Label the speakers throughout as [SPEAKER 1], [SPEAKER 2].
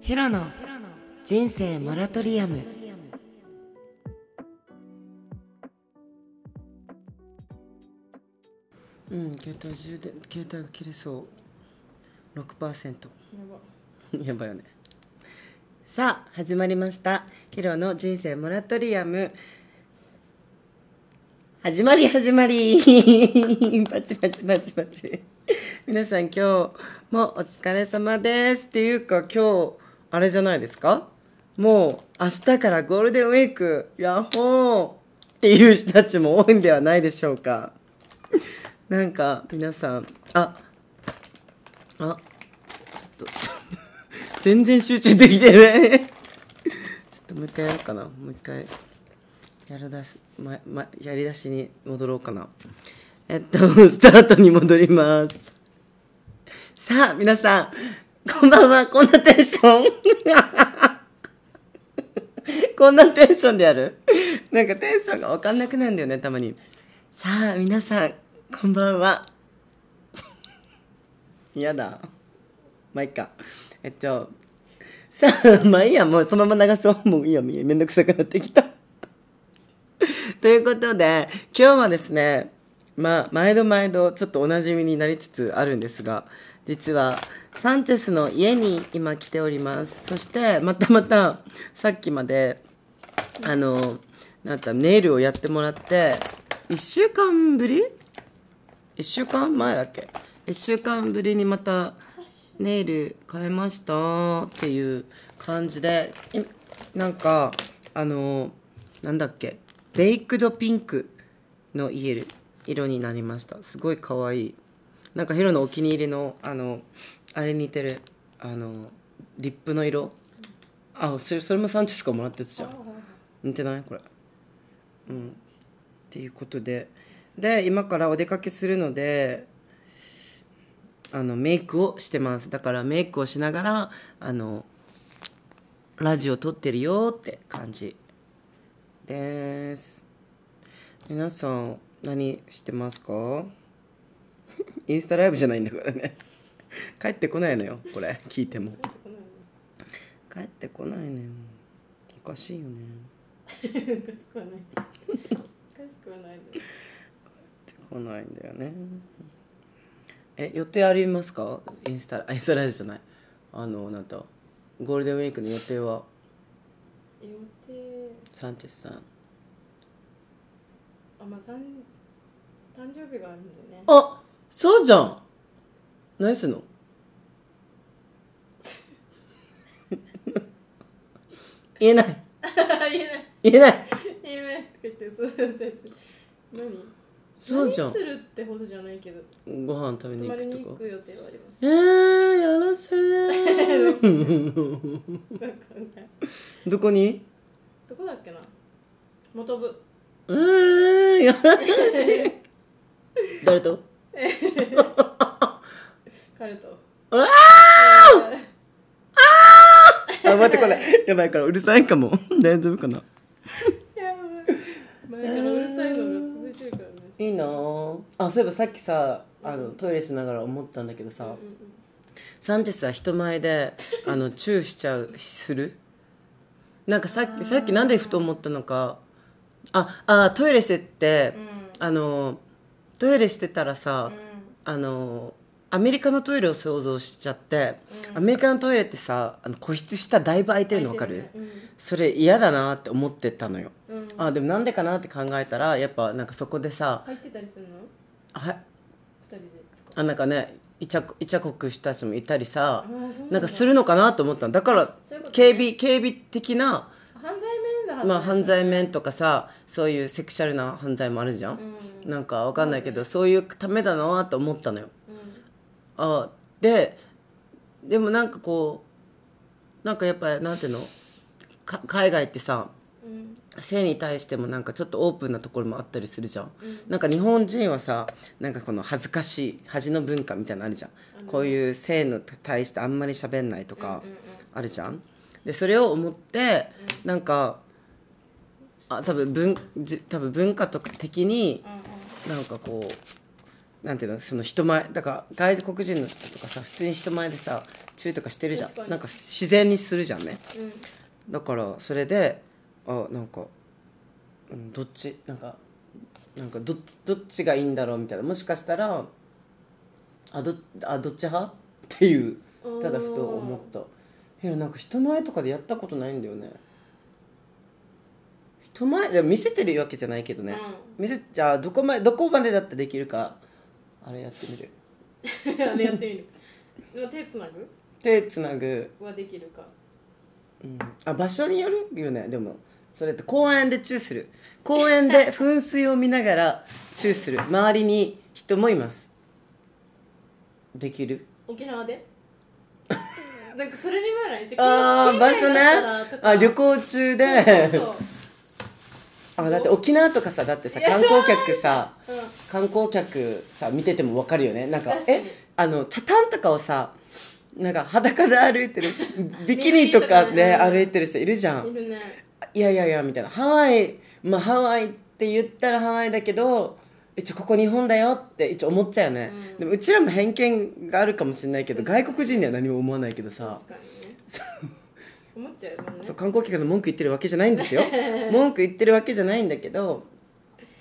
[SPEAKER 1] ヘロの人生モラトリアムうん携帯充電携帯が切れそう6%やばやばいよねさあ始まりましたヒロの人生モラトリアム始まり始まり パチパチパチパチ皆さん今日もお疲れ様ですっていうか今日あれじゃないですかもう明日からゴールデンウィークヤッホーっていう人たちも多いんではないでしょうかなんか皆さんああちょっと ちょっと全然集中できてないち ょっともう一回やろうかなもう一回やるだし、まま、やり出しに戻ろうかなえっと スタートに戻りますさあ皆さんこんばんはこんなテンション こんなテンションでやるなんかテンションが分かんなくなるんだよねたまにさあ皆さんこんばんは 嫌だまあいっかえっとさあまあいいやもうそのまま流そうもういいやもういいやめんどくさくなってきた ということで今日はですねまあ毎度毎度ちょっとおなじみになりつつあるんですが実はサンチェスの家に今来ておりますそしてまたまたさっきまであのなんかネイルをやってもらって1週間ぶり1週間前だっけ1週間ぶりにまたネイル変えましたっていう感じでいなんかあのなんだっけベイクドピンクのイエル色になりましたすごい可愛いなんかヘロのお気に入りのあのあれに似てるあのリップの色あそれそれもサンチェスからもらったやつじゃん似てないこれうんっていうことでで今からお出かけするのであのメイクをしてますだからメイクをしながらあのラジオ撮ってるよって感じです皆さん何してますかインスタライブじゃないんだからね帰ってこないのよこれ聞いても帰ってこないのよおかしいよね
[SPEAKER 2] おかしくはない。おかしくはない
[SPEAKER 1] 帰
[SPEAKER 2] です。
[SPEAKER 1] ってこないんだよねえ予定ありますかインスタあ インスタライブじゃないあのあなたゴールデンウィークの予定は
[SPEAKER 2] 予定、
[SPEAKER 1] サンチェスさん
[SPEAKER 2] あ、まあ、誕誕生日があるんでね。
[SPEAKER 1] あそうじゃん何するの 言えない
[SPEAKER 2] 言えない、
[SPEAKER 1] 言えない
[SPEAKER 2] 言えないとか言って、そうそうそう。何
[SPEAKER 1] そうじゃん
[SPEAKER 2] 何するってほどじゃないけど、
[SPEAKER 1] ご飯食べ
[SPEAKER 2] 泊
[SPEAKER 1] に行
[SPEAKER 2] まり
[SPEAKER 1] く
[SPEAKER 2] に行
[SPEAKER 1] とか
[SPEAKER 2] く予定はありま
[SPEAKER 1] え
[SPEAKER 2] す。
[SPEAKER 1] ー、よろしい
[SPEAKER 2] なんかね
[SPEAKER 1] どこに
[SPEAKER 2] どこだっけな元部。
[SPEAKER 1] えー、よろし い誰 と
[SPEAKER 2] 彼と。
[SPEAKER 1] うわあ待ってこれやばいからうるさいかも 大丈夫かな
[SPEAKER 2] やばい。前からうるさいのが続いてるからね。
[SPEAKER 1] いいなああそういえばさっきさあのトイレしながら思ったんだけどさ、
[SPEAKER 2] うんうん
[SPEAKER 1] サンチェスは人前であ のチューしちゃうするなんかさっきさっきなんでふと思ったのかああトイレしてって、
[SPEAKER 2] うん。
[SPEAKER 1] あのトイレしてたらさ、
[SPEAKER 2] う
[SPEAKER 1] あのアメリカのトイレを想像しちゃって、
[SPEAKER 2] うん
[SPEAKER 1] アメリカのトイレってさあの個室下だいぶ空いてるの分かる、それ嫌だなって思ってたのよ
[SPEAKER 2] うん。うん。
[SPEAKER 1] あでもなんでかなって考えたらやっぱなんかそこでさ
[SPEAKER 2] 入ってたりするの
[SPEAKER 1] は
[SPEAKER 2] 二人でとか。
[SPEAKER 1] あなんかねイチャコイチャコクした人もいたり
[SPEAKER 2] あ
[SPEAKER 1] さ
[SPEAKER 2] ー、そうなんだ
[SPEAKER 1] なんかするのかなと思ったのだから
[SPEAKER 2] そういうことね
[SPEAKER 1] 警備警備的な、
[SPEAKER 2] 犯罪面だ
[SPEAKER 1] まあ、犯罪面とかさそういうセクシャルな犯罪もあるじゃん、
[SPEAKER 2] うん
[SPEAKER 1] なんかわかんないけどそういうためだなと思ったのよ
[SPEAKER 2] う
[SPEAKER 1] あででもなんかこうなんかやっぱりなんていうのか海外ってさ
[SPEAKER 2] んうん
[SPEAKER 1] 性に対してもなんかちょっとオープンなところもあったりするじゃん、
[SPEAKER 2] うん
[SPEAKER 1] なんか日本人はさなんかこの恥ずかしい恥の文化みたいなのあるじゃんこういう性に対してあんまり喋んないとか
[SPEAKER 2] うんうんうん
[SPEAKER 1] あるじゃんでそれを思ってなんかあ多分文じ多分文化とか的に
[SPEAKER 2] うんうん
[SPEAKER 1] なんかこうなんていうのその人前だから外国人の人とかさ普通に人前でさチューとかしてるじゃ
[SPEAKER 2] 確か
[SPEAKER 1] ん
[SPEAKER 2] に
[SPEAKER 1] なんか自然にするじゃんね
[SPEAKER 2] うん
[SPEAKER 1] だからそれであなんか、うん、どっちなんかなんかどっちどっちがいいんだろうみたいなもしかしたらあどあどっち派っていう
[SPEAKER 2] うん
[SPEAKER 1] ただふと思ったいやなんか人前とかでやったことないんだよね人前でも見せてるわけじゃないけどね、見せじゃあどこまでどこまでだったらできるかあれやってみる
[SPEAKER 2] うん、 あれやってみるでも手つなぐ
[SPEAKER 1] 手つなぐ、
[SPEAKER 2] はできるか
[SPEAKER 1] うん、あ場所によるよねでもそれって公園でチューする公園 で噴水を見ながらチューする周りに人もいますできる
[SPEAKER 2] 沖縄 でなんかそれにもやら一
[SPEAKER 1] ああ
[SPEAKER 2] 県
[SPEAKER 1] 場
[SPEAKER 2] 外
[SPEAKER 1] 所ね
[SPEAKER 2] だったらとか
[SPEAKER 1] あ旅行中で
[SPEAKER 2] そうそう
[SPEAKER 1] あだって沖縄とかさだってさ観光客さ
[SPEAKER 2] そう、うん
[SPEAKER 1] 観光客さ見てても分かるよねなんか
[SPEAKER 2] 確かに
[SPEAKER 1] えあのチャタンとかをさなんか裸で歩いてるビキニとか
[SPEAKER 2] ビキニ
[SPEAKER 1] で
[SPEAKER 2] とかね
[SPEAKER 1] 歩いてる人いるじゃん
[SPEAKER 2] いるね
[SPEAKER 1] いやいやいやみたいなハワイまあハワイって言ったらハワイだけど一応ここ日本だよって一応思っちゃうよね、
[SPEAKER 2] うん
[SPEAKER 1] でもうちらも偏見があるかもしれないけど外国人には何も思わないけどさ
[SPEAKER 2] 確かにね思っちゃうもんね
[SPEAKER 1] そう観光客の文句言ってるわけじゃないんですよ文句言ってるわけじゃないんだけど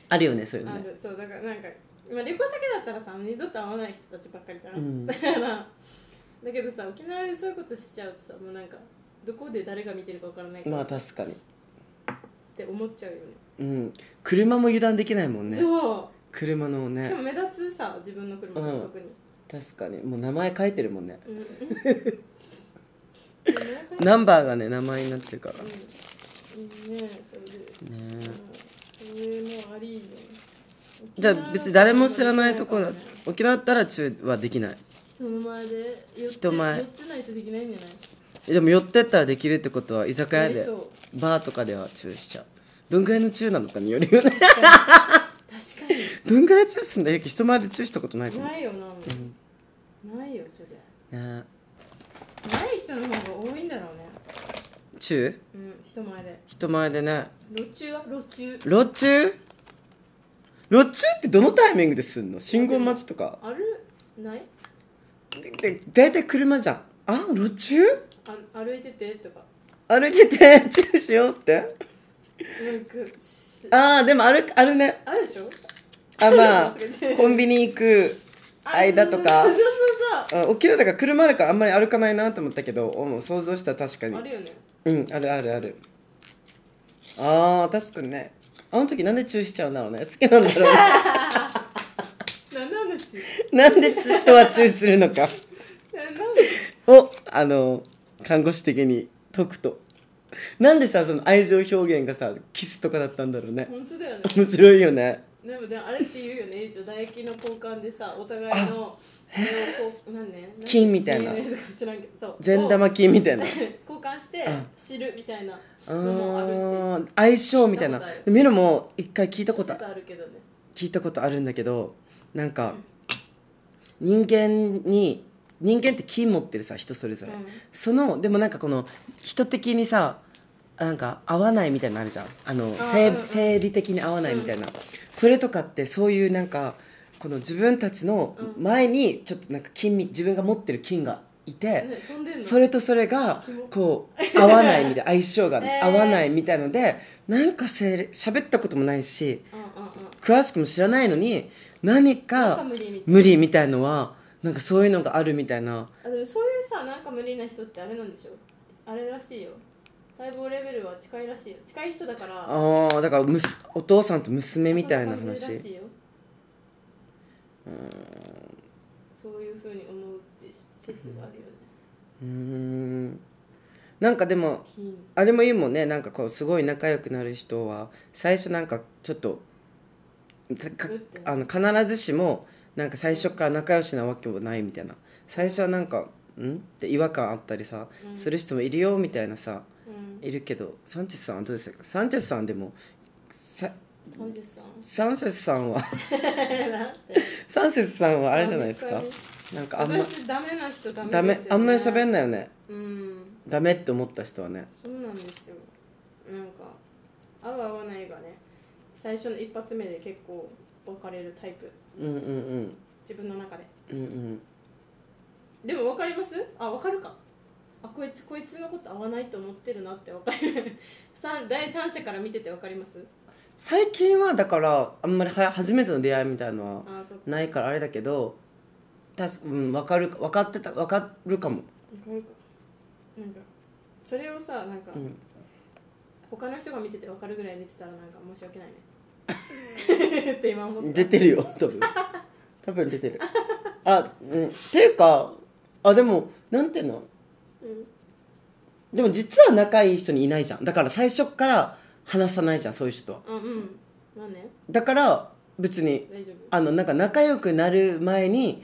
[SPEAKER 1] あるよねそういうの
[SPEAKER 2] あ
[SPEAKER 1] ね
[SPEAKER 2] るそうだからなんか、まあ、旅行先だったらさ二度と会わない人たちばっかりじゃん、
[SPEAKER 1] うん
[SPEAKER 2] だからだけどさ沖縄でそういうことしちゃうとさもうなんかどこで誰が見てるかわからないから
[SPEAKER 1] まあ
[SPEAKER 2] さ
[SPEAKER 1] 確かに
[SPEAKER 2] って思っちゃうよね
[SPEAKER 1] うん車も油断できないもんね
[SPEAKER 2] そ
[SPEAKER 1] 車の
[SPEAKER 2] うしか
[SPEAKER 1] ね
[SPEAKER 2] も目立つさ自分の車とか
[SPEAKER 1] うん
[SPEAKER 2] 特に、
[SPEAKER 1] 確かにもう名前書いてるもんね
[SPEAKER 2] うんうん
[SPEAKER 1] ナンバーがね名前になってるからね
[SPEAKER 2] いいねそれで、うんそれもありね
[SPEAKER 1] じゃあ別に誰も知らないところだ
[SPEAKER 2] 沖
[SPEAKER 1] 沖縄
[SPEAKER 2] 縄だ
[SPEAKER 1] だったら中はできない
[SPEAKER 2] 人の前で寄って
[SPEAKER 1] 人前
[SPEAKER 2] 寄ってないとできないんじゃない
[SPEAKER 1] でも寄ってったらできるってことは居酒屋
[SPEAKER 2] やり
[SPEAKER 1] で
[SPEAKER 2] そう
[SPEAKER 1] バーとかでは中しちゃうどんぐらいの中なのかによるよね
[SPEAKER 2] 確かに
[SPEAKER 1] どんぐらい中すんだよ人前で中したことないかもね
[SPEAKER 2] ないよな、もうないよそりゃ
[SPEAKER 1] え
[SPEAKER 2] ない人の方が多いんだろうね
[SPEAKER 1] 中
[SPEAKER 2] うん人前で
[SPEAKER 1] 人前でね
[SPEAKER 2] 路中は路中
[SPEAKER 1] 路中路中ってどのタイミングですんの信号待ちとか
[SPEAKER 2] あるない
[SPEAKER 1] でで大体車じゃんあ路中
[SPEAKER 2] あ歩いててとか
[SPEAKER 1] 歩いててチューしようって
[SPEAKER 2] なんかし
[SPEAKER 1] ああでもあるあるね
[SPEAKER 2] あるでしょ
[SPEAKER 1] あま あコンビニ行く間とか
[SPEAKER 2] そうそうそう
[SPEAKER 1] あ沖縄だから車あるからあんまり歩かないなと思ったけどうん想像したら確かに
[SPEAKER 2] そうあるよね
[SPEAKER 1] うんあるあるあるあー確かにねあの時なんでチューしちゃうんだろうね好きなんだろう
[SPEAKER 2] 何の話
[SPEAKER 1] ねなんで人はチューするのか
[SPEAKER 2] 何の話
[SPEAKER 1] をあの看護師的に解くとなんでさその愛情表現がさキスとかだったんだろうね
[SPEAKER 2] 本当だよね
[SPEAKER 1] 面白いよね
[SPEAKER 2] でもでもあれって言うよね一応唾液の交換でさお互いの目をこう何ね
[SPEAKER 1] 菌みたいな
[SPEAKER 2] DNA とか知らんけどそう
[SPEAKER 1] 善玉菌みたいな
[SPEAKER 2] 交換して
[SPEAKER 1] うん
[SPEAKER 2] 知るみたいな
[SPEAKER 1] あ
[SPEAKER 2] のもあるっ
[SPEAKER 1] ー
[SPEAKER 2] て
[SPEAKER 1] 相性みたいな
[SPEAKER 2] 聞いたことある
[SPEAKER 1] でメロも一回聞いたこ
[SPEAKER 2] 諸
[SPEAKER 1] とあ
[SPEAKER 2] 説あるけどね
[SPEAKER 1] 聞いたことあるんだけどなんか人間に人間って菌持ってるさ人それぞれ、
[SPEAKER 2] うん
[SPEAKER 1] そのでもなんかこの人的にさなんか合わないみたいなのあるじゃんあの
[SPEAKER 2] ー
[SPEAKER 1] 生
[SPEAKER 2] うんうん
[SPEAKER 1] 生理的に合わないみたいな、それとかってそういうなんかこの自分たちの
[SPEAKER 2] うん
[SPEAKER 1] 前にちょっとなんか菌み自分が持ってる菌がいて、
[SPEAKER 2] ね飛んでんの
[SPEAKER 1] それとそれが
[SPEAKER 2] キモ
[SPEAKER 1] こう合わないみたい な相性が
[SPEAKER 2] えー
[SPEAKER 1] 合わないみたいのでなんか生理喋ったこともないし
[SPEAKER 2] うんうんうん
[SPEAKER 1] 詳しくも知らないのに何
[SPEAKER 2] なんか
[SPEAKER 1] か
[SPEAKER 2] 無理みたい
[SPEAKER 1] 無理みたいのはなんかそういうのがあるみたいな
[SPEAKER 2] あでもそういうさなんか無理な人ってあれなんでしょあれらしいよ細胞レベルは近いらしいよ近い人だから
[SPEAKER 1] あーだからむすお父さんと娘みたいな
[SPEAKER 2] そん感じ
[SPEAKER 1] 話
[SPEAKER 2] らしいよそういうふうに思うって説があるよね
[SPEAKER 1] うーんなんかでも
[SPEAKER 2] 金
[SPEAKER 1] あれも言うもんねなんかこうすごい仲良くなる人は最初なんかちょっとかか
[SPEAKER 2] ぶって
[SPEAKER 1] あの必ずしもなんか最初から仲良しなわけもないみたいな最初はなんか「ん?」って違和感あったりさ
[SPEAKER 2] うん
[SPEAKER 1] する人もいるよみたいなさ
[SPEAKER 2] うん
[SPEAKER 1] いるけどサンチェスさんはどうですかサンチェスさんでもさ
[SPEAKER 2] 30さん
[SPEAKER 1] サンセスさんは
[SPEAKER 2] だって
[SPEAKER 1] サンセスさんは あれじゃないですかなんかあんま
[SPEAKER 2] 私ダメな人ダメですよ、ね、
[SPEAKER 1] ダメあんまり喋ん
[SPEAKER 2] な
[SPEAKER 1] ない
[SPEAKER 2] い
[SPEAKER 1] よね
[SPEAKER 2] うん
[SPEAKER 1] ダメって思った人はね
[SPEAKER 2] そうなんですよなんか合う合わないがね最初の一発目で結構分かれるタイプ
[SPEAKER 1] うんうん
[SPEAKER 2] 自分の中で
[SPEAKER 1] うんうんうん
[SPEAKER 2] でも分かりますあ分かるかあこいつこいつのこと合わないと思ってるなって分かる 三第三者から見てて分かります
[SPEAKER 1] 最近はだからあんまりは初めての出会いみたいのは
[SPEAKER 2] あそっか
[SPEAKER 1] ないからあれだけど確かうん分かる分かってた分かるかも、
[SPEAKER 2] 分かるかなんかそれをさなんか、
[SPEAKER 1] うん、
[SPEAKER 2] 他の人が見てて分かるぐらい出てたらなんか申し訳ないね って今思った
[SPEAKER 1] 出てるよ多分多分出てるあうんっていうかあでもなんていうの
[SPEAKER 2] うん
[SPEAKER 1] でも実は仲いい人にいないじゃんだから最初から話さないじゃんそういう人とは
[SPEAKER 2] あうんまあね
[SPEAKER 1] だから別に
[SPEAKER 2] 大丈夫
[SPEAKER 1] あのなんか仲良くなる前に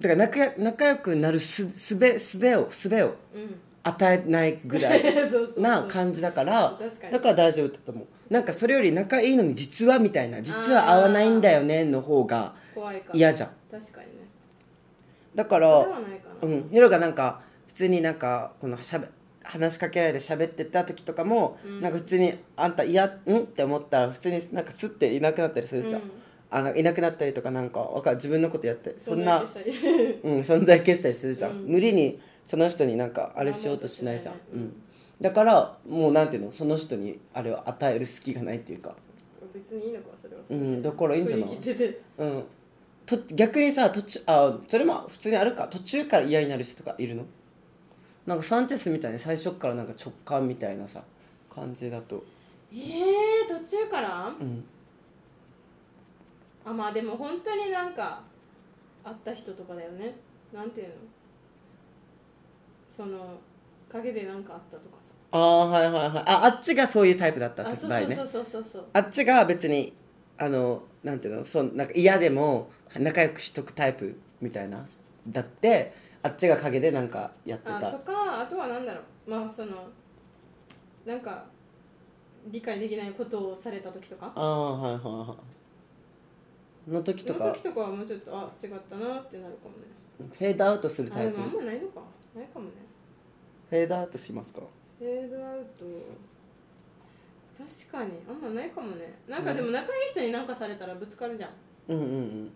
[SPEAKER 1] だから仲や仲良くなるすすべすべをすべを
[SPEAKER 2] うん
[SPEAKER 1] 与えないぐらい
[SPEAKER 2] そうそうそう
[SPEAKER 1] な感じだから
[SPEAKER 2] 確かに
[SPEAKER 1] だから大丈夫だと思うなんかそれより仲いいのに実はみたいな実は合わないんだよねの方が
[SPEAKER 2] 怖いから
[SPEAKER 1] 嫌じゃん
[SPEAKER 2] 確かにね
[SPEAKER 1] だか
[SPEAKER 2] それ
[SPEAKER 1] ら
[SPEAKER 2] はないかな、
[SPEAKER 1] うんヒロがなんか普通になんかこのしゃべ話しかけられて喋ってた時とかも、
[SPEAKER 2] うん
[SPEAKER 1] なんか普通にあんた嫌んって思ったら普通になんかスッていなくなったりするじゃん、あのいなくなったりとかなんかわかる自分のことやってそんな
[SPEAKER 2] 存在消したり
[SPEAKER 1] うん、存在消したりするじゃん、
[SPEAKER 2] うん
[SPEAKER 1] 無理にその人になんかあれしようとしないじゃん、
[SPEAKER 2] 頑張
[SPEAKER 1] う
[SPEAKER 2] ろうとしない
[SPEAKER 1] ん、
[SPEAKER 2] ね
[SPEAKER 1] だからもうなんていうのその人にあれを与える隙がないっていうか、
[SPEAKER 2] 別にいいのかそれは
[SPEAKER 1] うん、だからいいんじゃない
[SPEAKER 2] 雰囲、気出て
[SPEAKER 1] うん、と逆にさ途中あそれも普通にあるか途中から嫌になる人とかいるのなんかサンチェスみたいに最初からなんか直感みたいなさ感じだと、
[SPEAKER 2] えー、途中から
[SPEAKER 1] うん、
[SPEAKER 2] あまあでも本当になんか会った人とかだよねなんていうのその陰でなんかあったとかさ
[SPEAKER 1] ああはいはいはいああっちがそういうタイプだった
[SPEAKER 2] あ
[SPEAKER 1] って
[SPEAKER 2] そ
[SPEAKER 1] 場
[SPEAKER 2] う
[SPEAKER 1] 合ね
[SPEAKER 2] そうそうそうそう
[SPEAKER 1] あっちが別にあのなんていうのそうなんか嫌でも仲良くしとくタイプみたいなだってあっちが陰でなんかやって
[SPEAKER 2] あ
[SPEAKER 1] た
[SPEAKER 2] とかあとはなんだろうまあそのなんか理解できないことをされた時とか
[SPEAKER 1] ああはいはいはいの時と
[SPEAKER 2] その
[SPEAKER 1] か
[SPEAKER 2] 時とかはもうちょっとあ違ったなってなるかもね
[SPEAKER 1] フェードアウトする
[SPEAKER 2] あ
[SPEAKER 1] タ
[SPEAKER 2] で
[SPEAKER 1] イプ
[SPEAKER 2] もあんまないのかないかもね
[SPEAKER 1] フェードアウトしますか
[SPEAKER 2] フェードアウト確かにあんまないかもねなんかでも仲いい人になんかされたらぶつかるじゃん
[SPEAKER 1] うんうんうん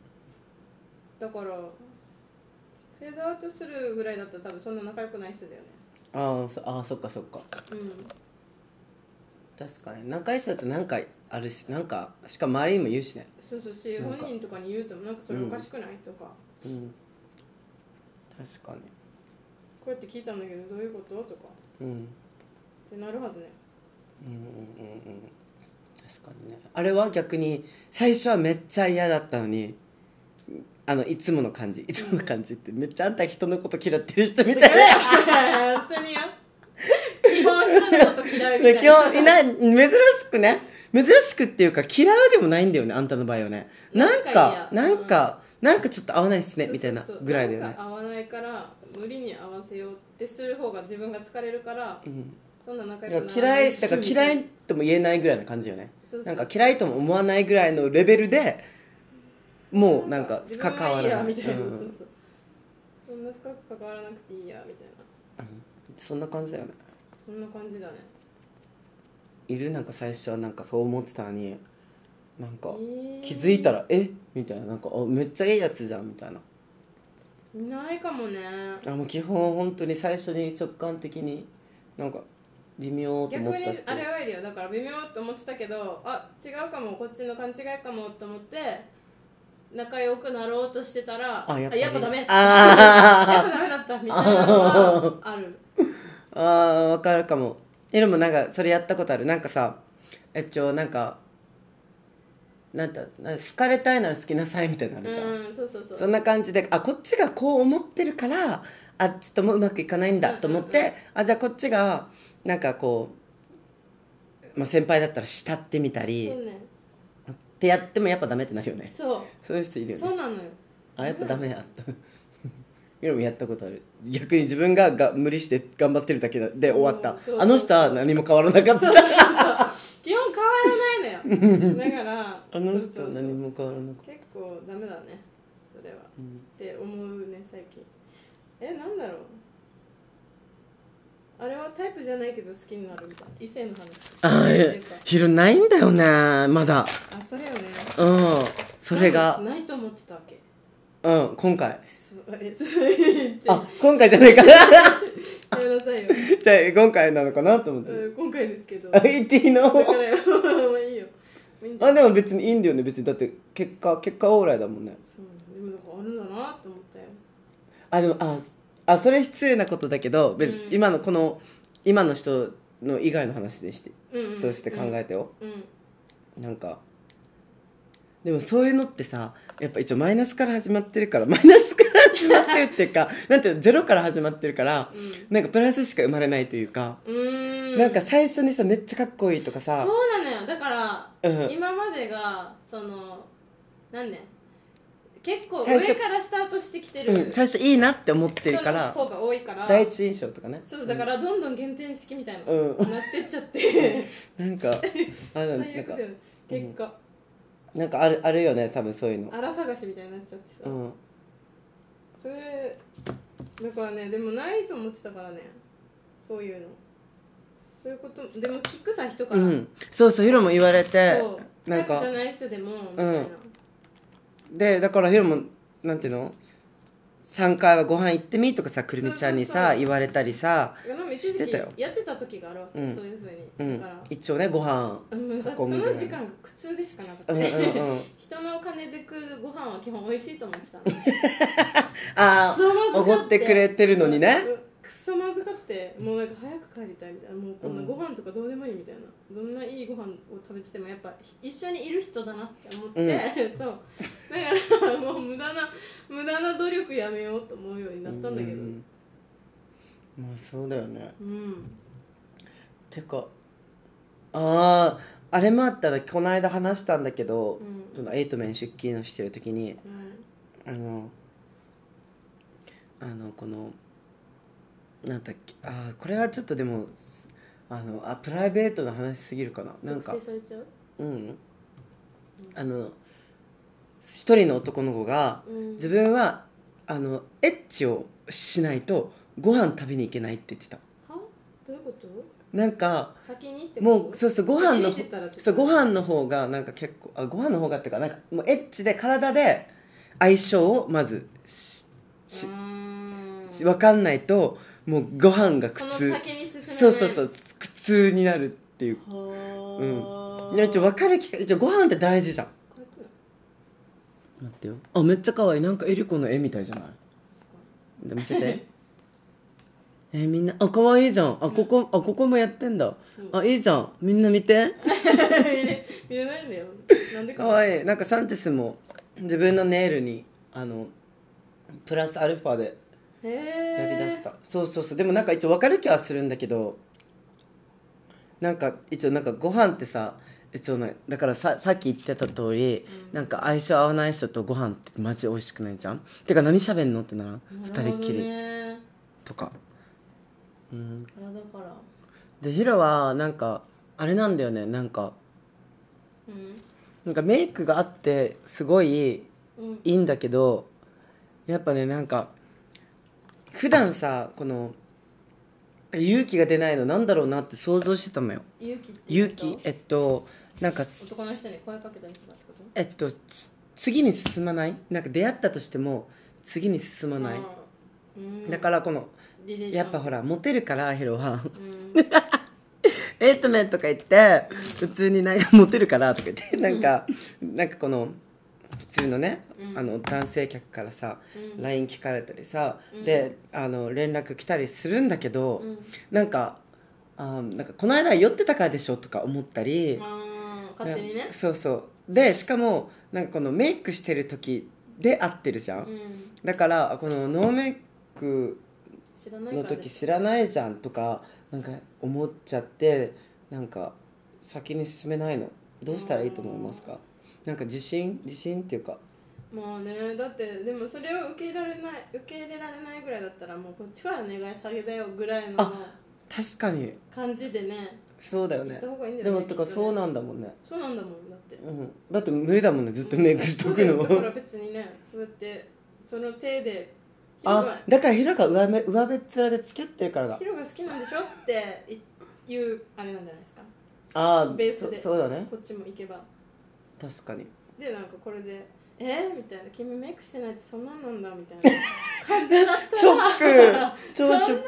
[SPEAKER 2] だからフェードアウトするぐらいだったら多分そんな仲良くない人だよね
[SPEAKER 1] ああそあーそっかそっか
[SPEAKER 2] うん
[SPEAKER 1] 確かに仲良い人だとなんかあるしなんかしかも周りにも言うしね
[SPEAKER 2] そうそうし
[SPEAKER 1] なん
[SPEAKER 2] 本
[SPEAKER 1] か
[SPEAKER 2] 人とかに言うともなんかそれおかしくない、とか
[SPEAKER 1] うん確か
[SPEAKER 2] こうやって聞いたんだけどどういうこととか
[SPEAKER 1] にうん
[SPEAKER 2] ってなるは ずね
[SPEAKER 1] うんうんうんうん確かにねあれは逆に最初はめっちゃ嫌だったのにあのいつもの感じい つもの感じってめっちゃあんた人のこと嫌ってる人みたいな
[SPEAKER 2] 本当によ基本人のこと 嫌いみたいな
[SPEAKER 1] 今日いない珍しくね珍しくっていうか嫌うでもないんだよねあんたの場合はねなんか
[SPEAKER 2] な
[SPEAKER 1] なんん
[SPEAKER 2] か嫌
[SPEAKER 1] かなんかちょっと合わないっすねみたいな
[SPEAKER 2] そうそうそう
[SPEAKER 1] ぐらいだよ
[SPEAKER 2] なん
[SPEAKER 1] ね
[SPEAKER 2] か合わないから無理に合わせようってする方が自分が疲れるから
[SPEAKER 1] うん
[SPEAKER 2] そんな仲
[SPEAKER 1] だ
[SPEAKER 2] 良
[SPEAKER 1] か
[SPEAKER 2] く
[SPEAKER 1] ら
[SPEAKER 2] な
[SPEAKER 1] 嫌い
[SPEAKER 2] し
[SPEAKER 1] だから嫌いとも言えないぐらいな感じよね
[SPEAKER 2] そうそうそ
[SPEAKER 1] な
[SPEAKER 2] うん
[SPEAKER 1] か嫌いとも思わないぐらいのレベルでもうなんか
[SPEAKER 2] 自分
[SPEAKER 1] 関
[SPEAKER 2] は
[SPEAKER 1] わ
[SPEAKER 2] い
[SPEAKER 1] ら
[SPEAKER 2] いや
[SPEAKER 1] ない
[SPEAKER 2] みたいな、
[SPEAKER 1] うん
[SPEAKER 2] そうそうそんな深く関わらなくていいやみたいな
[SPEAKER 1] そんな感じだよね
[SPEAKER 2] そんな感じだね
[SPEAKER 1] いるなんか最初はなんかそう思ってたのになんか
[SPEAKER 2] えー
[SPEAKER 1] 気づいたら「えみたいななんかあめっちゃいいやつじゃんみ たいない
[SPEAKER 2] ないかもね
[SPEAKER 1] あもう基本本当に最初に直感的になんか微妙と思っ
[SPEAKER 2] 逆に
[SPEAKER 1] た人
[SPEAKER 2] あれはいるよだから微妙と思ってたけどあ違うかもこっちの勘違いかもと思って仲良くなろうとしてたら
[SPEAKER 1] あやっぱり
[SPEAKER 2] ダメ
[SPEAKER 1] あー
[SPEAKER 2] やっぱダメだったみたいなのはある
[SPEAKER 1] あーわかるかもえでもなんかそれやったことあるなんかさえっちょなんかなんてなんか好かれたいなら好きなさいみたいなのあるじゃん
[SPEAKER 2] うんそうそうそう
[SPEAKER 1] そんな感じであこっちがこう思ってるからあっちともうまくいかないんだと思って、
[SPEAKER 2] うんうん
[SPEAKER 1] あじゃあこっちがなんかこう、まあ、先輩だったら慕ってみたり、
[SPEAKER 2] そう
[SPEAKER 1] っ
[SPEAKER 2] ね
[SPEAKER 1] てやってもやっぱダメってなるよね
[SPEAKER 2] そ
[SPEAKER 1] そういう人いうるよ
[SPEAKER 2] そ
[SPEAKER 1] ね
[SPEAKER 2] うなのよ
[SPEAKER 1] あやっぱダメ やとでもやったことある逆に自分がが無理して頑張ってるだけで終わった
[SPEAKER 2] そうそうそう
[SPEAKER 1] あの人は何も変わらなかった
[SPEAKER 2] そうそうそう基本変わらないのよ だから
[SPEAKER 1] あの人
[SPEAKER 2] そう
[SPEAKER 1] は
[SPEAKER 2] そうそう
[SPEAKER 1] 何も変わらなかっ
[SPEAKER 2] 結構ダメだねそれは、
[SPEAKER 1] ん
[SPEAKER 2] って思うね最近えなんだろうあれはタイプじゃないけど好きになるみたいな異性の話
[SPEAKER 1] たああ
[SPEAKER 2] 異性ってい
[SPEAKER 1] え
[SPEAKER 2] うか
[SPEAKER 1] 昼ないんだよねまだ
[SPEAKER 2] あそれよね
[SPEAKER 1] うんそれが
[SPEAKER 2] ないないと思ってたわけ
[SPEAKER 1] ううん今回
[SPEAKER 2] そうえ それ言っちゃい
[SPEAKER 1] あ今回じゃないか な
[SPEAKER 2] やめなさ いよ、
[SPEAKER 1] じゃあ今回なのかなと思って、
[SPEAKER 2] うん、今回ですけど
[SPEAKER 1] あ
[SPEAKER 2] だから
[SPEAKER 1] 言っていいの
[SPEAKER 2] よまあいいよまあいいんじゃ
[SPEAKER 1] あ
[SPEAKER 2] ない
[SPEAKER 1] でも別にいいんだよね別にだって結果結果オーライだもんね
[SPEAKER 2] そうでもなんかあるんだなと思ったよ
[SPEAKER 1] あでもああそれ失礼なことだけど別に
[SPEAKER 2] うん
[SPEAKER 1] 今のこの今の人の以外の話でして
[SPEAKER 2] うん、うん、
[SPEAKER 1] として考えてよ、
[SPEAKER 2] うん、うん
[SPEAKER 1] なんかでもそういうのってさやっぱ一応マイナスから始まってるからマイナスから始まってるっていう かなんていうのゼロから始まってるからなんかプラスしか生まれないというか、
[SPEAKER 2] うーん
[SPEAKER 1] なんか最初にさめっちゃかっこいいとかさ
[SPEAKER 2] そうなのよだから
[SPEAKER 1] うん
[SPEAKER 2] 今までがその何ね結構
[SPEAKER 1] 最
[SPEAKER 2] 上
[SPEAKER 1] 初
[SPEAKER 2] からスタートしてきてる
[SPEAKER 1] うん、最初いいなって思って
[SPEAKER 2] 人
[SPEAKER 1] るか
[SPEAKER 2] の
[SPEAKER 1] ら
[SPEAKER 2] 方が多いから
[SPEAKER 1] 第一印象とかね
[SPEAKER 2] そうだからどんどん減点式みたいな、
[SPEAKER 1] うん
[SPEAKER 2] なってっちゃって
[SPEAKER 1] なんかあれだねなん
[SPEAKER 2] 最悪
[SPEAKER 1] か
[SPEAKER 2] だよ結果、
[SPEAKER 1] なんかあるあるよね多分そういうの
[SPEAKER 2] 荒探しみたいになっちゃって
[SPEAKER 1] う
[SPEAKER 2] さ、
[SPEAKER 1] ん
[SPEAKER 2] それだからねでもないと思ってたからねそういうのそういうことでも聞くさ人から、
[SPEAKER 1] うん、そうそうヒロも言われて
[SPEAKER 2] そう
[SPEAKER 1] なん
[SPEAKER 2] タイ
[SPEAKER 1] か
[SPEAKER 2] プじゃない人でもみたいな、
[SPEAKER 1] うんでだからヒロもなんていうの3回はご飯行ってみとかさくるみちゃんに
[SPEAKER 2] そうそう
[SPEAKER 1] さ
[SPEAKER 2] そう
[SPEAKER 1] 言われたりさ、
[SPEAKER 2] でも一
[SPEAKER 1] し
[SPEAKER 2] 時
[SPEAKER 1] て
[SPEAKER 2] 期
[SPEAKER 1] たよ
[SPEAKER 2] やってた時があるわけ、
[SPEAKER 1] うん
[SPEAKER 2] そういうふう
[SPEAKER 1] う
[SPEAKER 2] に
[SPEAKER 1] ん
[SPEAKER 2] だから、、
[SPEAKER 1] 一応ねご飯
[SPEAKER 2] うん、だって
[SPEAKER 1] 囲
[SPEAKER 2] そ
[SPEAKER 1] むぐ
[SPEAKER 2] の
[SPEAKER 1] らい
[SPEAKER 2] 時間が苦痛でしかなかった、
[SPEAKER 1] うんうんうん
[SPEAKER 2] 人のお金で食うご飯は基本美味しいと思ってたの
[SPEAKER 1] あ
[SPEAKER 2] そうまずか
[SPEAKER 1] あおごってくれてるのにね
[SPEAKER 2] うんくそまずかってもうなんか早く帰りたいみたいなもうこんなご飯とかどうでもいいみたいな、どんないいご飯を食べててもやっぱひ一緒にいる人だなって思って、そうだからもう無駄な無駄な努力やめようと思うようになったんだけど
[SPEAKER 1] う
[SPEAKER 2] うん、
[SPEAKER 1] まあそうだよねてかあああれもあったらこの間話したんだけど、
[SPEAKER 2] うん
[SPEAKER 1] そのエイトメン出勤をしてる時に
[SPEAKER 2] うん
[SPEAKER 1] あのあのこのなんだっけあーこれはちょっとでもあのあプライベートの話すぎるかななんか
[SPEAKER 2] 特定されちゃう、
[SPEAKER 1] うんあの一人の男の子が
[SPEAKER 2] うん、
[SPEAKER 1] 自分はあのエッチをしないとご飯食べに行けないって言ってた
[SPEAKER 2] はどういうこと
[SPEAKER 1] なんか
[SPEAKER 2] 先にってこと
[SPEAKER 1] もうそうそうご 飯の
[SPEAKER 2] 先にって言ったらちょっと
[SPEAKER 1] そうご飯の方がなんか結構あご飯の方がっていうかなんかもうエッチで体で相性をまずしし
[SPEAKER 2] うーん
[SPEAKER 1] 分かんないともうご飯が苦
[SPEAKER 2] その
[SPEAKER 1] 痛
[SPEAKER 2] 先に進めない
[SPEAKER 1] そうそうそう苦痛になるっていう
[SPEAKER 2] はあ
[SPEAKER 1] いやちょ分かる気がちょご飯って大事じゃん
[SPEAKER 2] こうやってな
[SPEAKER 1] 待ってよあめっちゃ可愛いなんかエリコの絵みたいじゃない
[SPEAKER 2] そっか
[SPEAKER 1] で見せてえみんなあ可愛いじゃんあここあここもやってんだ
[SPEAKER 2] そう
[SPEAKER 1] あいいじゃんみんな見て
[SPEAKER 2] 見れ 見れないんだよなんで
[SPEAKER 1] 可愛いなんかサンティスも自分のネイルにあのプラスアルファで
[SPEAKER 2] へ
[SPEAKER 1] やり
[SPEAKER 2] え
[SPEAKER 1] だした、そうそうそうでもなんか一応分かる気はするんだけどなんか一応なんかご飯ってさ一応ねだからささっき言ってた通り、
[SPEAKER 2] うん
[SPEAKER 1] なんか相性合わない人とご飯ってマジ美味しくないじゃんてか何喋んのってならん
[SPEAKER 2] な
[SPEAKER 1] 二
[SPEAKER 2] る
[SPEAKER 1] 人
[SPEAKER 2] ほ
[SPEAKER 1] っ
[SPEAKER 2] ど
[SPEAKER 1] きり
[SPEAKER 2] ね
[SPEAKER 1] とか、うん、
[SPEAKER 2] 体から
[SPEAKER 1] でヒロはなんかあれなんだよねなんか
[SPEAKER 2] うん
[SPEAKER 1] なんかメイクがあってすごい
[SPEAKER 2] うん
[SPEAKER 1] いいんだけどやっぱねなんか普段さこの勇気が出ないのなんだろうなって想像してたのよ
[SPEAKER 2] 勇気って言
[SPEAKER 1] 勇
[SPEAKER 2] うと
[SPEAKER 1] 気えっとなんか
[SPEAKER 2] 男の人に声かけたりとかってこと
[SPEAKER 1] えっとつ次に進まないなんか出会ったとしても次に進まない
[SPEAKER 2] うん
[SPEAKER 1] だからこの
[SPEAKER 2] リレーション
[SPEAKER 1] やっぱほらモテるからヒロは
[SPEAKER 2] うん
[SPEAKER 1] 「エイトメン」とか言って普通に なんかモテるからとか言ってなんかなんかこの普通のね
[SPEAKER 2] う ん
[SPEAKER 1] あの男性客からさ
[SPEAKER 2] うん
[SPEAKER 1] LINE 聞かれたりさ、
[SPEAKER 2] うん
[SPEAKER 1] であの連絡来たりするんだけど、
[SPEAKER 2] うん
[SPEAKER 1] なんかあーなんかこの間酔ってたからでしょとか思ったり、
[SPEAKER 2] あー勝手に
[SPEAKER 1] な
[SPEAKER 2] ね
[SPEAKER 1] そうそうでしかもなんかこのメイクしてる時で会ってるじゃん、
[SPEAKER 2] うん
[SPEAKER 1] だからこのノーメイク
[SPEAKER 2] 知らないから
[SPEAKER 1] の時
[SPEAKER 2] でし
[SPEAKER 1] 知らないじゃんとかなんか思っちゃってなんか先に進めないのどうしたらいいと思いますかなんか自信自信っていうか
[SPEAKER 2] まあねだってでもそれを受け入れられない受け入れられないぐらいだったらもうこっちからお願い下げだよぐらいの
[SPEAKER 1] あ確かに
[SPEAKER 2] 感じでね
[SPEAKER 1] そうだよ
[SPEAKER 2] 言っ
[SPEAKER 1] ね
[SPEAKER 2] た方がいいんだ
[SPEAKER 1] で
[SPEAKER 2] よね
[SPEAKER 1] もとかそう
[SPEAKER 2] きっとね
[SPEAKER 1] なんだもんね
[SPEAKER 2] そうなんだもんだって
[SPEAKER 1] うん、だって無理だもんねずっとメイクしとくの、
[SPEAKER 2] そうだよだから別にねそうやってその手でヒロ
[SPEAKER 1] あ
[SPEAKER 2] が
[SPEAKER 1] だからヒラが上目上べっ面で付き合ってるからだ
[SPEAKER 2] ヒロが好きなんでしょって言うあれなんじゃないですか
[SPEAKER 1] ああ
[SPEAKER 2] ベースで
[SPEAKER 1] そそうだね
[SPEAKER 2] こっちも行けば
[SPEAKER 1] 確かに
[SPEAKER 2] でなんかこれでえみたいな君メイクしてないってそんなんなんだみたいな感じだったら
[SPEAKER 1] ショック超ショッ
[SPEAKER 2] 感じだ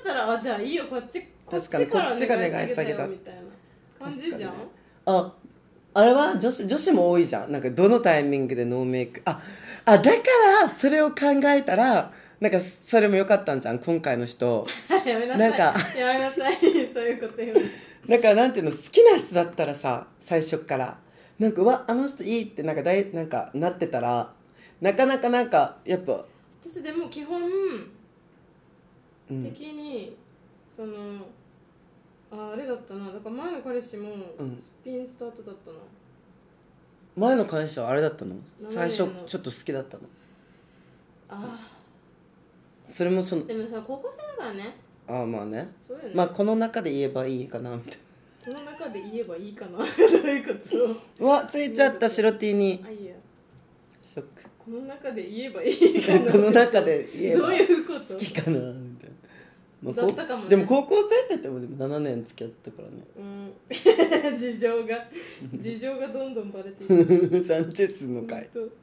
[SPEAKER 2] ったらあじゃあいいよこっちこっち
[SPEAKER 1] 確かに
[SPEAKER 2] から
[SPEAKER 1] こっちが願
[SPEAKER 2] 願
[SPEAKER 1] い
[SPEAKER 2] い
[SPEAKER 1] 下
[SPEAKER 2] 下
[SPEAKER 1] げ
[SPEAKER 2] げ
[SPEAKER 1] だ
[SPEAKER 2] だよみたいな感じじゃ
[SPEAKER 1] 確
[SPEAKER 2] ん、
[SPEAKER 1] クああれは女子女子も多いじゃんなんかどのタイミングでノーメイクああだからそれを考えたらなんかそれも良かったんじゃん今回の人
[SPEAKER 2] やめなさ
[SPEAKER 1] ないんか
[SPEAKER 2] やめなさいそういうこと言うの
[SPEAKER 1] なんかなんていうの好きな人だったらさ最初っからなんかうわあの人いいってなんかだいなんかなってたらなかなかなんかやっぱ、
[SPEAKER 2] 私でも基本
[SPEAKER 1] うん、
[SPEAKER 2] 的に、そのああれだったなだから前の彼氏も
[SPEAKER 1] うん
[SPEAKER 2] すっぴんスタートだったな、
[SPEAKER 1] 前の彼氏はあれだったの
[SPEAKER 2] 何
[SPEAKER 1] 最初
[SPEAKER 2] の
[SPEAKER 1] ちょっと好きだったの
[SPEAKER 2] あ
[SPEAKER 1] それもその
[SPEAKER 2] あでもさ高校生だからね
[SPEAKER 1] ああまあね
[SPEAKER 2] そうよね、
[SPEAKER 1] まあこの中で言えばいいかなみたい
[SPEAKER 2] この中で言えばいい かなどういうこと
[SPEAKER 1] なうわついちゃった白 T に
[SPEAKER 2] あいいや
[SPEAKER 1] ショック
[SPEAKER 2] この中で言えばいいかな
[SPEAKER 1] この中で言えば
[SPEAKER 2] どういうこと
[SPEAKER 1] 好きかなみたいな、まあ
[SPEAKER 2] だったかもね
[SPEAKER 1] でも高校生って言ってもでも7年付き合ったからね
[SPEAKER 2] うん 事 情が事情がどんどんバレていく
[SPEAKER 1] サンチェスの回
[SPEAKER 2] ほんと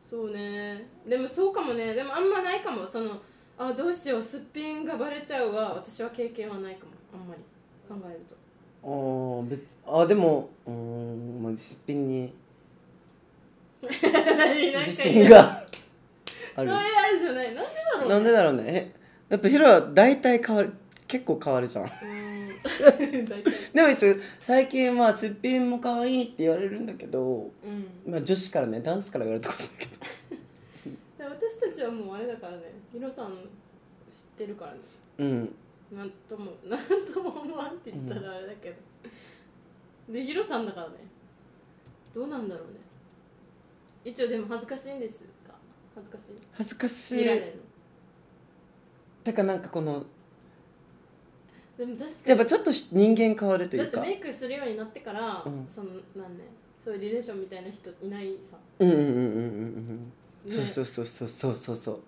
[SPEAKER 2] そうねでもそうかもねでもあんまないかもそのあどうしようすっぴんがバレちゃうは私は経験はないかもあんまり考えると
[SPEAKER 1] あー別あでもうーんまあすっぴんに
[SPEAKER 2] 何なん か
[SPEAKER 1] 自信があ
[SPEAKER 2] そうい
[SPEAKER 1] る
[SPEAKER 2] うあれじゃないなんでだろう
[SPEAKER 1] なんでだろうねえやっぱヒロは大体変わる結構変わるじゃん
[SPEAKER 2] うん 大体
[SPEAKER 1] でも一応最近はすっぴんも可愛いって言われるんだけど、
[SPEAKER 2] うん
[SPEAKER 1] まあ、女子からね男子から言われたことだけど
[SPEAKER 2] で私たちはもうあれだからねヒロさん知ってるからね
[SPEAKER 1] うん
[SPEAKER 2] なんとも なんとも思わんって言ったらあれだけど、でヒロさんだからねどうなんだろうね一応でも恥ずかしいんですか恥ずかしい
[SPEAKER 1] 恥ずかし
[SPEAKER 2] 見られ
[SPEAKER 1] い
[SPEAKER 2] る
[SPEAKER 1] だからなんかこの
[SPEAKER 2] のでも確か
[SPEAKER 1] やっ
[SPEAKER 2] に
[SPEAKER 1] ぱちょっと人間変わるとい
[SPEAKER 2] だ
[SPEAKER 1] う
[SPEAKER 2] って
[SPEAKER 1] か
[SPEAKER 2] メイクするようになってから、
[SPEAKER 1] うん
[SPEAKER 2] その何年そういうリレーションみたいな人いないさ、
[SPEAKER 1] うんうんうんうんうんうん
[SPEAKER 2] ね
[SPEAKER 1] そうそうそうそうそうそうそ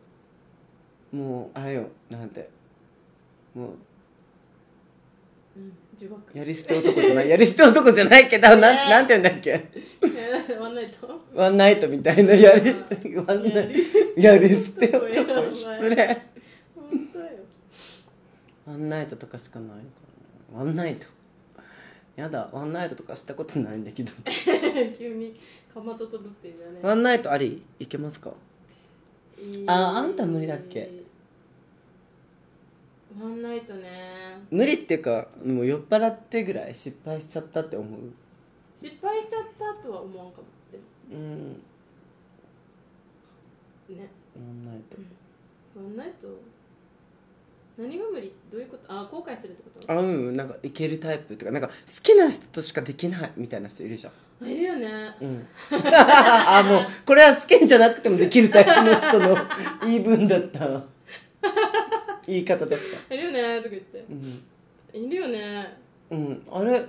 [SPEAKER 1] うもうあれよなんてもう
[SPEAKER 2] うん、呪縛
[SPEAKER 1] やり捨て男じゃないやり捨て男じゃないけど、なん
[SPEAKER 2] ねえ
[SPEAKER 1] なんて言うんだっけ
[SPEAKER 2] 終わんないと
[SPEAKER 1] ワンナイトみたいなやりワンナ
[SPEAKER 2] や
[SPEAKER 1] イ
[SPEAKER 2] り
[SPEAKER 1] トやり捨て男
[SPEAKER 2] やばい
[SPEAKER 1] 失礼
[SPEAKER 2] 本当よ
[SPEAKER 1] ワンナイトとかしかないからねワンナイトやだワンナイトとかしたことないんだけど
[SPEAKER 2] 急にかまととぶってんじゃね
[SPEAKER 1] ワンナイトありいけますか
[SPEAKER 2] いい
[SPEAKER 1] ああんた無理だっけ
[SPEAKER 2] ワンナイトね
[SPEAKER 1] 無理っていうかもう酔っ払ってぐらい失敗しちゃったって思う
[SPEAKER 2] 失敗しちゃったとは思わんかもで
[SPEAKER 1] うん
[SPEAKER 2] もね
[SPEAKER 1] ワンナイト
[SPEAKER 2] ワンナイト何が無理どういうことあ後悔するってこと
[SPEAKER 1] あうんなんかいけるタイプとかなんか好きな人としかできないみたいな人いるじゃん
[SPEAKER 2] あいるよね
[SPEAKER 1] うん あもうこれは好きじゃなくてもできるタイプの人の 言い分だった言い方だった
[SPEAKER 2] いるよねとか言って
[SPEAKER 1] うん、
[SPEAKER 2] いるよね
[SPEAKER 1] うん、あれ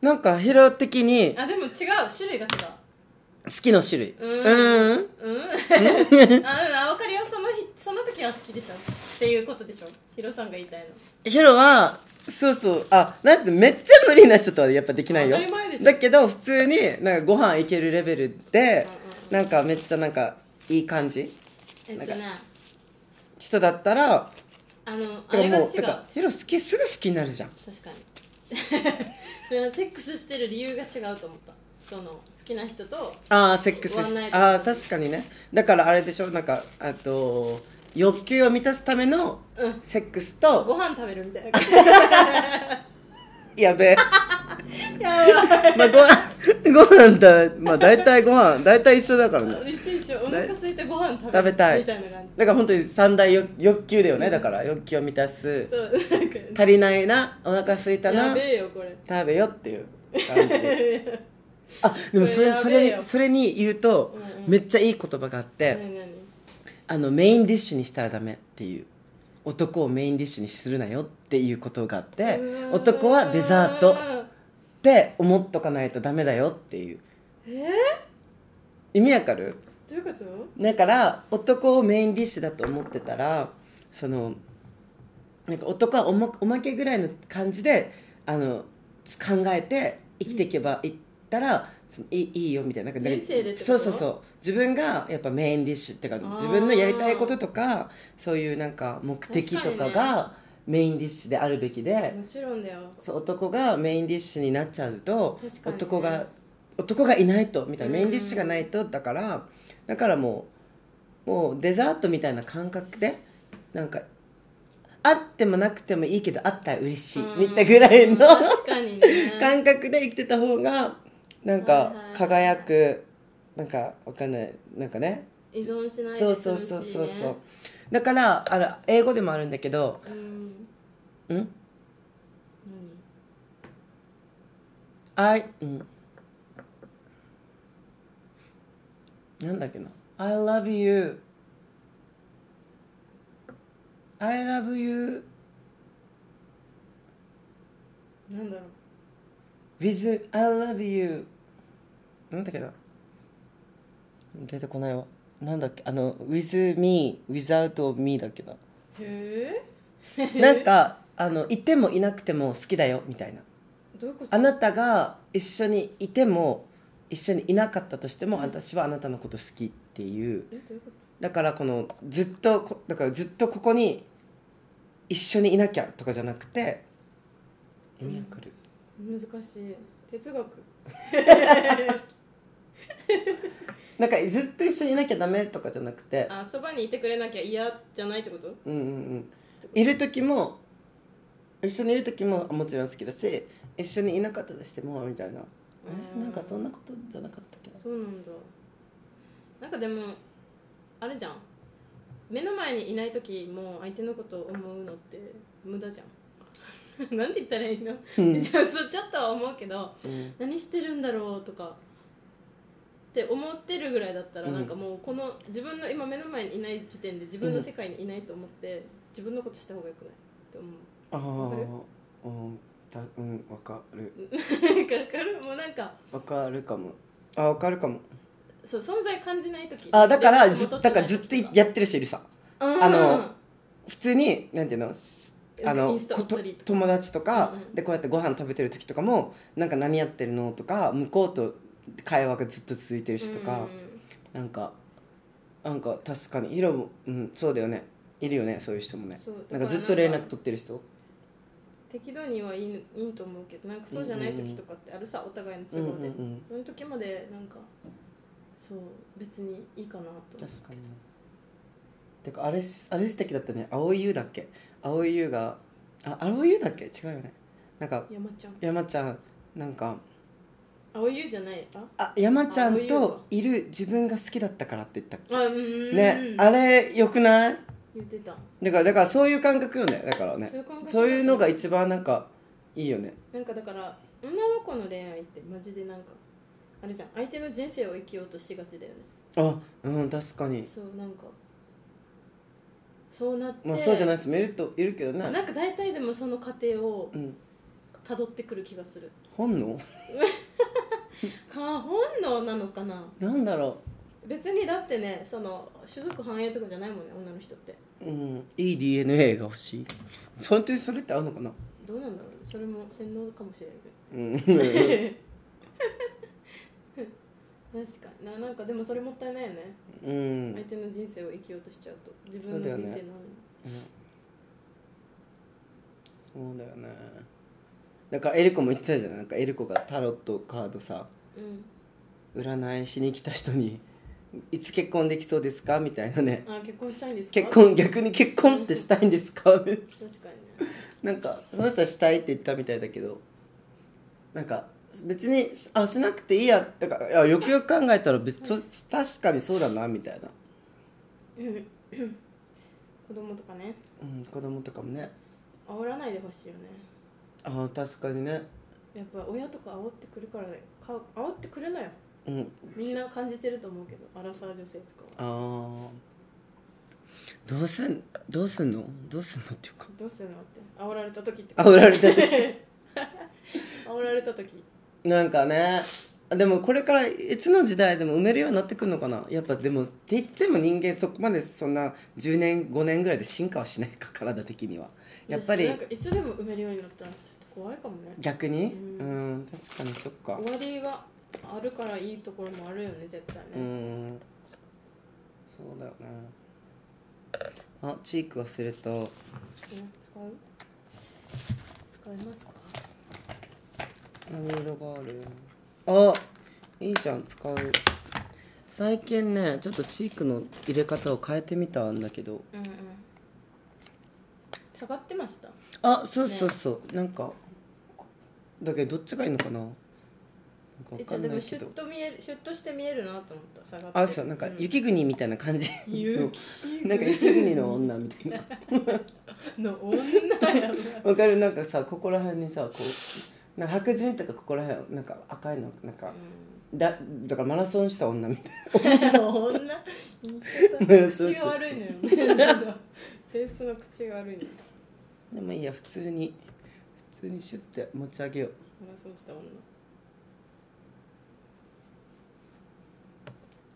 [SPEAKER 1] なんかヒロ的に
[SPEAKER 2] あでも違う種類が違
[SPEAKER 1] 好きの種類
[SPEAKER 2] うう
[SPEAKER 1] うんん
[SPEAKER 2] うん あうんあ分かるよその日その時は好きでしょっていうことでしょヒロさんが言いたいの
[SPEAKER 1] ヒロはそうそうあなんてめっちゃ無理な人とはやっぱできないよ
[SPEAKER 2] 当たり前でしょ
[SPEAKER 1] だけど普通になんかご飯行けるレベルで
[SPEAKER 2] うんうんう
[SPEAKER 1] なん
[SPEAKER 2] ん
[SPEAKER 1] かめっちゃなんかいい感じ
[SPEAKER 2] えっ
[SPEAKER 1] なん
[SPEAKER 2] と
[SPEAKER 1] か
[SPEAKER 2] ね
[SPEAKER 1] 人だったら
[SPEAKER 2] あのあ
[SPEAKER 1] てか
[SPEAKER 2] れが違
[SPEAKER 1] も
[SPEAKER 2] う
[SPEAKER 1] うてかヒロ好きすぐ好きになるじゃん
[SPEAKER 2] 確かに いやセックスしてる理由が違うと思ったその好きな人と
[SPEAKER 1] ああセックス
[SPEAKER 2] ワンナイ
[SPEAKER 1] し
[SPEAKER 2] ト
[SPEAKER 1] ああ確かにねだからあれでしょなんかあと欲求を満たすための
[SPEAKER 2] うん
[SPEAKER 1] セックスと、
[SPEAKER 2] ご飯食べるみたいな 感じ
[SPEAKER 1] やべえ
[SPEAKER 2] やば
[SPEAKER 1] まあご飯 ご飯だまあ大体ご飯大体一緒だからね
[SPEAKER 2] い一緒一緒お腹空いてご飯食べる
[SPEAKER 1] 食べたい
[SPEAKER 2] みたいな感じ
[SPEAKER 1] だから本当に三大欲欲求だよね、だから欲求を満たす
[SPEAKER 2] そうなんか
[SPEAKER 1] 足りないなお腹空いた
[SPEAKER 2] や
[SPEAKER 1] な
[SPEAKER 2] べえよこれ
[SPEAKER 1] 食べよっていう 感じあでもそれ
[SPEAKER 2] こ
[SPEAKER 1] そ
[SPEAKER 2] れやべえ
[SPEAKER 1] れ
[SPEAKER 2] よ
[SPEAKER 1] それに言うと、
[SPEAKER 2] うんうん
[SPEAKER 1] めっちゃいい言葉があって、
[SPEAKER 2] 何何
[SPEAKER 1] あのメインディッシュにしたらダメっていう男をメインディッシュにするなよっていうことがあって
[SPEAKER 2] うわー
[SPEAKER 1] 男はデザートって思っとかないとダメだよっていう
[SPEAKER 2] え
[SPEAKER 1] 意味わかる
[SPEAKER 2] ー、どういうこと
[SPEAKER 1] だから男をメインディッシュだと思ってたらそのなんか男はおまおまけぐらいの感じであのつ考えて生きていけばいいったらそのいいいいよみたいななんか
[SPEAKER 2] 人生でってこと
[SPEAKER 1] そうそうそう自分がやっぱメインディッシュっていうか
[SPEAKER 2] あー
[SPEAKER 1] 自分のやりたいこととかそういうなんか目的とか
[SPEAKER 2] 確かに
[SPEAKER 1] がメインディッシュであるべきで、
[SPEAKER 2] もちろんだよ
[SPEAKER 1] そう男がメインディッシュになっちゃうと
[SPEAKER 2] 確かにね
[SPEAKER 1] 男が男がいないとみたいな
[SPEAKER 2] うん
[SPEAKER 1] メインディッシュがないとだからだからもうもうデザートみたいな感覚でなんかあってもなくてもいいけどあったら嬉しいみたいなぐらいの
[SPEAKER 2] 確かにね
[SPEAKER 1] 感覚で生きてた方がなん
[SPEAKER 2] はい
[SPEAKER 1] か
[SPEAKER 2] はい
[SPEAKER 1] 輝くなんかわかんないなんかね
[SPEAKER 2] 依存しない
[SPEAKER 1] そう
[SPEAKER 2] で
[SPEAKER 1] そうそう
[SPEAKER 2] 楽しい
[SPEAKER 1] そう
[SPEAKER 2] ね
[SPEAKER 1] そうだからあら英語でもあるんだけど
[SPEAKER 2] うん
[SPEAKER 1] ん
[SPEAKER 2] 何
[SPEAKER 1] I うんなんだっけな I love you I love you
[SPEAKER 2] なんだろう
[SPEAKER 1] with I love you なんだっけな出てこないわなんだっけあの with me without of me だっけな
[SPEAKER 2] へ
[SPEAKER 1] なんかあのいてもいなくても好きだよみたいな
[SPEAKER 2] えどういうこと
[SPEAKER 1] あなたが一緒にいても一緒にいなかったとしても私はあなたのこと好きっていう
[SPEAKER 2] えどういうこと
[SPEAKER 1] だからこのずっとこだからずっとここに一緒にいなきゃとかじゃなくて意味わかる
[SPEAKER 2] 難しい哲学
[SPEAKER 1] なんかずっと一緒にいなきゃダメとかじゃなくて
[SPEAKER 2] あそばにいてくれなきゃ嫌じゃないってこと
[SPEAKER 1] うんうんうんいる時も一緒にいる時ももちろん好きだし一緒にいなかったとしてもみたいなえなんかそんなことじゃなかったっけど
[SPEAKER 2] そうなんだなんかでもあれじゃん目の前にいない時も相手のことを思うのって無駄じゃん なんて言ったらいいの、
[SPEAKER 1] うん
[SPEAKER 2] ちょっとちょっとは思うけど
[SPEAKER 1] うん
[SPEAKER 2] 何してるんだろうとかって思ってるぐらいだったら、
[SPEAKER 1] うん
[SPEAKER 2] なんかもうこの自分の今目の前にいない時点で自分の世界にいないと思って、自分のことした方がよくないって思う
[SPEAKER 1] ああ
[SPEAKER 2] わかる
[SPEAKER 1] うんだうんわかる
[SPEAKER 2] なんかわかるもうなんか
[SPEAKER 1] わかるかもあわかるかも
[SPEAKER 2] そう存在感じない時
[SPEAKER 1] あだから
[SPEAKER 2] 連絡
[SPEAKER 1] ず
[SPEAKER 2] も取
[SPEAKER 1] だ
[SPEAKER 2] て
[SPEAKER 1] から
[SPEAKER 2] ない
[SPEAKER 1] ずっ
[SPEAKER 2] 時
[SPEAKER 1] とやってる人いるさ
[SPEAKER 2] うん
[SPEAKER 1] あの普通になんていうのしあ
[SPEAKER 2] イ
[SPEAKER 1] の
[SPEAKER 2] ンスタ
[SPEAKER 1] こ
[SPEAKER 2] 撮ったりとか
[SPEAKER 1] 友達とか
[SPEAKER 2] うんうん
[SPEAKER 1] でこうやってご飯食べてる時とかもなんか何やってるのとか向こうと会話がずっと続いてるしと
[SPEAKER 2] うん
[SPEAKER 1] か
[SPEAKER 2] うんうん
[SPEAKER 1] なんかなんか確かに色もうんそうだよねいるよねそういう人もね
[SPEAKER 2] そう
[SPEAKER 1] な
[SPEAKER 2] だ
[SPEAKER 1] ん
[SPEAKER 2] か
[SPEAKER 1] からずっと連絡取ってる人
[SPEAKER 2] 適度にはいいいいと思うけどなんかそうじゃない時とかってあるさお互いの
[SPEAKER 1] うんうん
[SPEAKER 2] 都合で、
[SPEAKER 1] うん
[SPEAKER 2] その時までなんかそう別にいいかなと思う
[SPEAKER 1] 確かにてかあれあれ素敵だったね青い優だっけ青い優があ青い優だっけ違うよねなんか
[SPEAKER 2] 山ちゃん
[SPEAKER 1] 山ちゃんなんか
[SPEAKER 2] 青湯じゃないあ
[SPEAKER 1] あ山ちゃん
[SPEAKER 2] 青い優か
[SPEAKER 1] といる自分が好きだったからって言ったっけ
[SPEAKER 2] あうんうんうん
[SPEAKER 1] ね、あれよくない
[SPEAKER 2] 言ってた
[SPEAKER 1] だからだからそういう感覚よねだからね
[SPEAKER 2] そういう感覚
[SPEAKER 1] そういうのが一番なんかいいよね
[SPEAKER 2] なんかだから女の子の恋愛ってマジでなんかあれじゃん相手の人生を生きようとしがちだよね
[SPEAKER 1] あうん確かに
[SPEAKER 2] そうなんかそうなって、
[SPEAKER 1] まあそうじゃない人もいるといるけどね
[SPEAKER 2] なんか大体でもその過程を
[SPEAKER 1] うん
[SPEAKER 2] 辿ってくる気がする
[SPEAKER 1] 本能
[SPEAKER 2] はあ本能なのかな
[SPEAKER 1] なんだろ
[SPEAKER 2] 別にだってねその種族繁栄とかじゃないもんね女の人って
[SPEAKER 1] ううんいい DNA が欲しいそれってそれって合うのかな
[SPEAKER 2] どうなんだろうねそれも洗脳かもしれないけど
[SPEAKER 1] うん うん
[SPEAKER 2] 確かにななんかでもそれもったいないよね、
[SPEAKER 1] うん
[SPEAKER 2] 相手の人生を生きようとしちゃうと自
[SPEAKER 1] そ
[SPEAKER 2] 分
[SPEAKER 1] う
[SPEAKER 2] の
[SPEAKER 1] だ
[SPEAKER 2] 人
[SPEAKER 1] よね
[SPEAKER 2] 生なの
[SPEAKER 1] そ
[SPEAKER 2] に、
[SPEAKER 1] うだよねだからエリコも言ってたじゃんなんかエリコがタロットカードさ
[SPEAKER 2] うん
[SPEAKER 1] 占いしに来た人に「いつ結婚できそうですか?」みたいなね
[SPEAKER 2] あ結婚したいんですか
[SPEAKER 1] 結婚逆に結婚ってしたいんですか
[SPEAKER 2] 確かにね
[SPEAKER 1] なんかその人はしたいって言ったみたいだけどなんか別にしあしなくていいやだからいやよくよく考えたら別そ確かにそうだなみたいな、
[SPEAKER 2] うん 子供とかね
[SPEAKER 1] うん、子供とかもね
[SPEAKER 2] 煽らないでほしいよね
[SPEAKER 1] ああ確かにね
[SPEAKER 2] やっぱ親とか煽ってくるからねか煽ってくるのよ
[SPEAKER 1] うん
[SPEAKER 2] みんな感じてると思うけどアラサー女性とかは
[SPEAKER 1] あーどうすんどうすんのどうすんのっていうか
[SPEAKER 2] どうするのって煽られた時って
[SPEAKER 1] あおられた時
[SPEAKER 2] 煽られた時
[SPEAKER 1] なんかねでもこれからいつの時代でも埋めるようになってくるのかなやっぱでもって言っても人間そこまでそんな10年5年ぐらいで進化はしないか体的にはやっぱ
[SPEAKER 2] い
[SPEAKER 1] り
[SPEAKER 2] なんかいつでも埋めるようになったらちょっと怖いかもね
[SPEAKER 1] 逆にう
[SPEAKER 2] うん
[SPEAKER 1] ん確かにそっか
[SPEAKER 2] 終わりがあるからいいところもあるよね絶対
[SPEAKER 1] う
[SPEAKER 2] ね、
[SPEAKER 1] んそうだよねあチーク忘れた
[SPEAKER 2] うん使う使いますか
[SPEAKER 1] 何色があるあいいじゃん使う最近ねちょっとチークの入れ方を変えてみたんだけど
[SPEAKER 2] うんうん下がってました
[SPEAKER 1] あそうそうそう、なんかだけどどっちがいいのかななんかわ
[SPEAKER 2] え
[SPEAKER 1] か
[SPEAKER 2] じゃ
[SPEAKER 1] ん
[SPEAKER 2] で
[SPEAKER 1] な
[SPEAKER 2] も
[SPEAKER 1] い
[SPEAKER 2] シ
[SPEAKER 1] け
[SPEAKER 2] ュッ
[SPEAKER 1] ど
[SPEAKER 2] と見えるシュッとして見えるなと思った下がって
[SPEAKER 1] あそうなんか雪国みたいな感じ、
[SPEAKER 2] うん雪
[SPEAKER 1] なんか雪国の女みたいな
[SPEAKER 2] の女やな
[SPEAKER 1] わかるなんかさここら辺にさこうなんか白人とかここら辺なんか赤いのなんかだだからマラソンした女みたい
[SPEAKER 2] 女言い方口が悪いのよねベースの口が悪いのよ
[SPEAKER 1] なでもいいや普通に普通にシュッて持ち上げよう
[SPEAKER 2] マラソンした女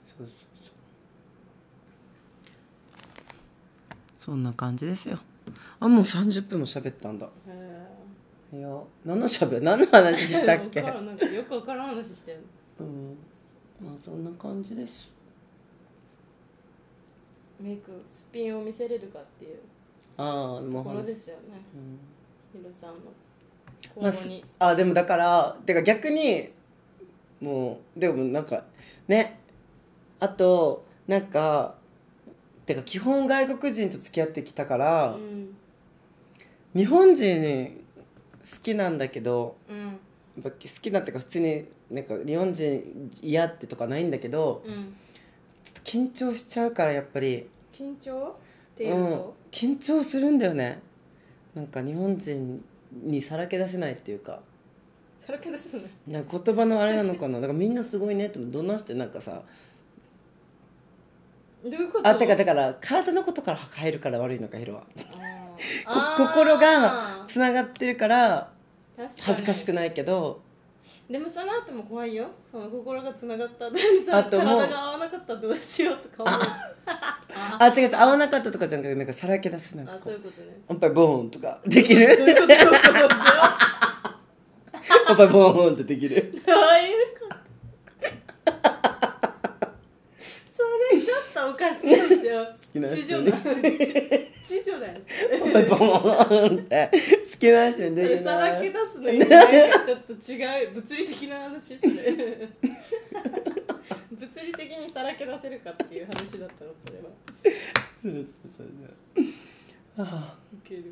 [SPEAKER 1] そうそうそうそんな感じですよあもう30分も喋ったんだ
[SPEAKER 2] へー
[SPEAKER 1] いや何の喋何の話したっけ
[SPEAKER 2] わからんなんかよくわからん話してる
[SPEAKER 1] うんまあそんな感じです
[SPEAKER 2] メイクすっぴんを見せれるかっていう
[SPEAKER 1] ああも
[SPEAKER 2] と
[SPEAKER 1] う
[SPEAKER 2] ころ
[SPEAKER 1] 話
[SPEAKER 2] ですよね
[SPEAKER 1] うん
[SPEAKER 2] ヒロさんの
[SPEAKER 1] まあ
[SPEAKER 2] 行動
[SPEAKER 1] す
[SPEAKER 2] に、
[SPEAKER 1] あでもだからてか逆にもうでもなんかねあとなんかてか基本外国人と付き合ってきたから、
[SPEAKER 2] うん
[SPEAKER 1] 日本人に好きなんだけど
[SPEAKER 2] うん
[SPEAKER 1] やっぱ好きなんていうか普通になんか日本人嫌ってとかないんだけど
[SPEAKER 2] うん
[SPEAKER 1] ちょっと緊張しちゃうからやっぱり
[SPEAKER 2] 緊張っていうと、
[SPEAKER 1] 緊張するんだよねなんか日本人にさらけ出せないっていうか
[SPEAKER 2] それけですよね
[SPEAKER 1] なんか言葉のあれなのか なだからみんなすごいねってどんなしてなんかさ
[SPEAKER 2] どういうこと
[SPEAKER 1] あてかだから体のことから入るから悪いのかヒロは
[SPEAKER 2] あー
[SPEAKER 1] こ 心
[SPEAKER 2] あ
[SPEAKER 1] が
[SPEAKER 2] ー
[SPEAKER 1] つながってるから
[SPEAKER 2] 確かに
[SPEAKER 1] 恥ずかしくないけど
[SPEAKER 2] でもその後も怖いよその心がつながった後にさ
[SPEAKER 1] あともう
[SPEAKER 2] 体が合わなかったらどうしようとか思うあ
[SPEAKER 1] あ違う違う合わなかったとかじゃなくてなんかさらけ出せない
[SPEAKER 2] あそういうことね
[SPEAKER 1] おっぱいボーンとかできる
[SPEAKER 2] どういうことどういうこと
[SPEAKER 1] おっぱいボーンってできる
[SPEAKER 2] どういうことそれちょっとおかしいですよ
[SPEAKER 1] きな
[SPEAKER 2] 地
[SPEAKER 1] 人
[SPEAKER 2] 上
[SPEAKER 1] ね
[SPEAKER 2] だ地上だよ
[SPEAKER 1] おっぱいボーンっ て好きな人に
[SPEAKER 2] そ
[SPEAKER 1] で
[SPEAKER 2] れ
[SPEAKER 1] き
[SPEAKER 2] さ
[SPEAKER 1] な
[SPEAKER 2] らけ
[SPEAKER 1] い
[SPEAKER 2] 出すのになんかちょっと違う物理的な話それ物理的にさらけ出せるかっていう話だったのそれは
[SPEAKER 1] そうそうそうそうあ
[SPEAKER 2] いける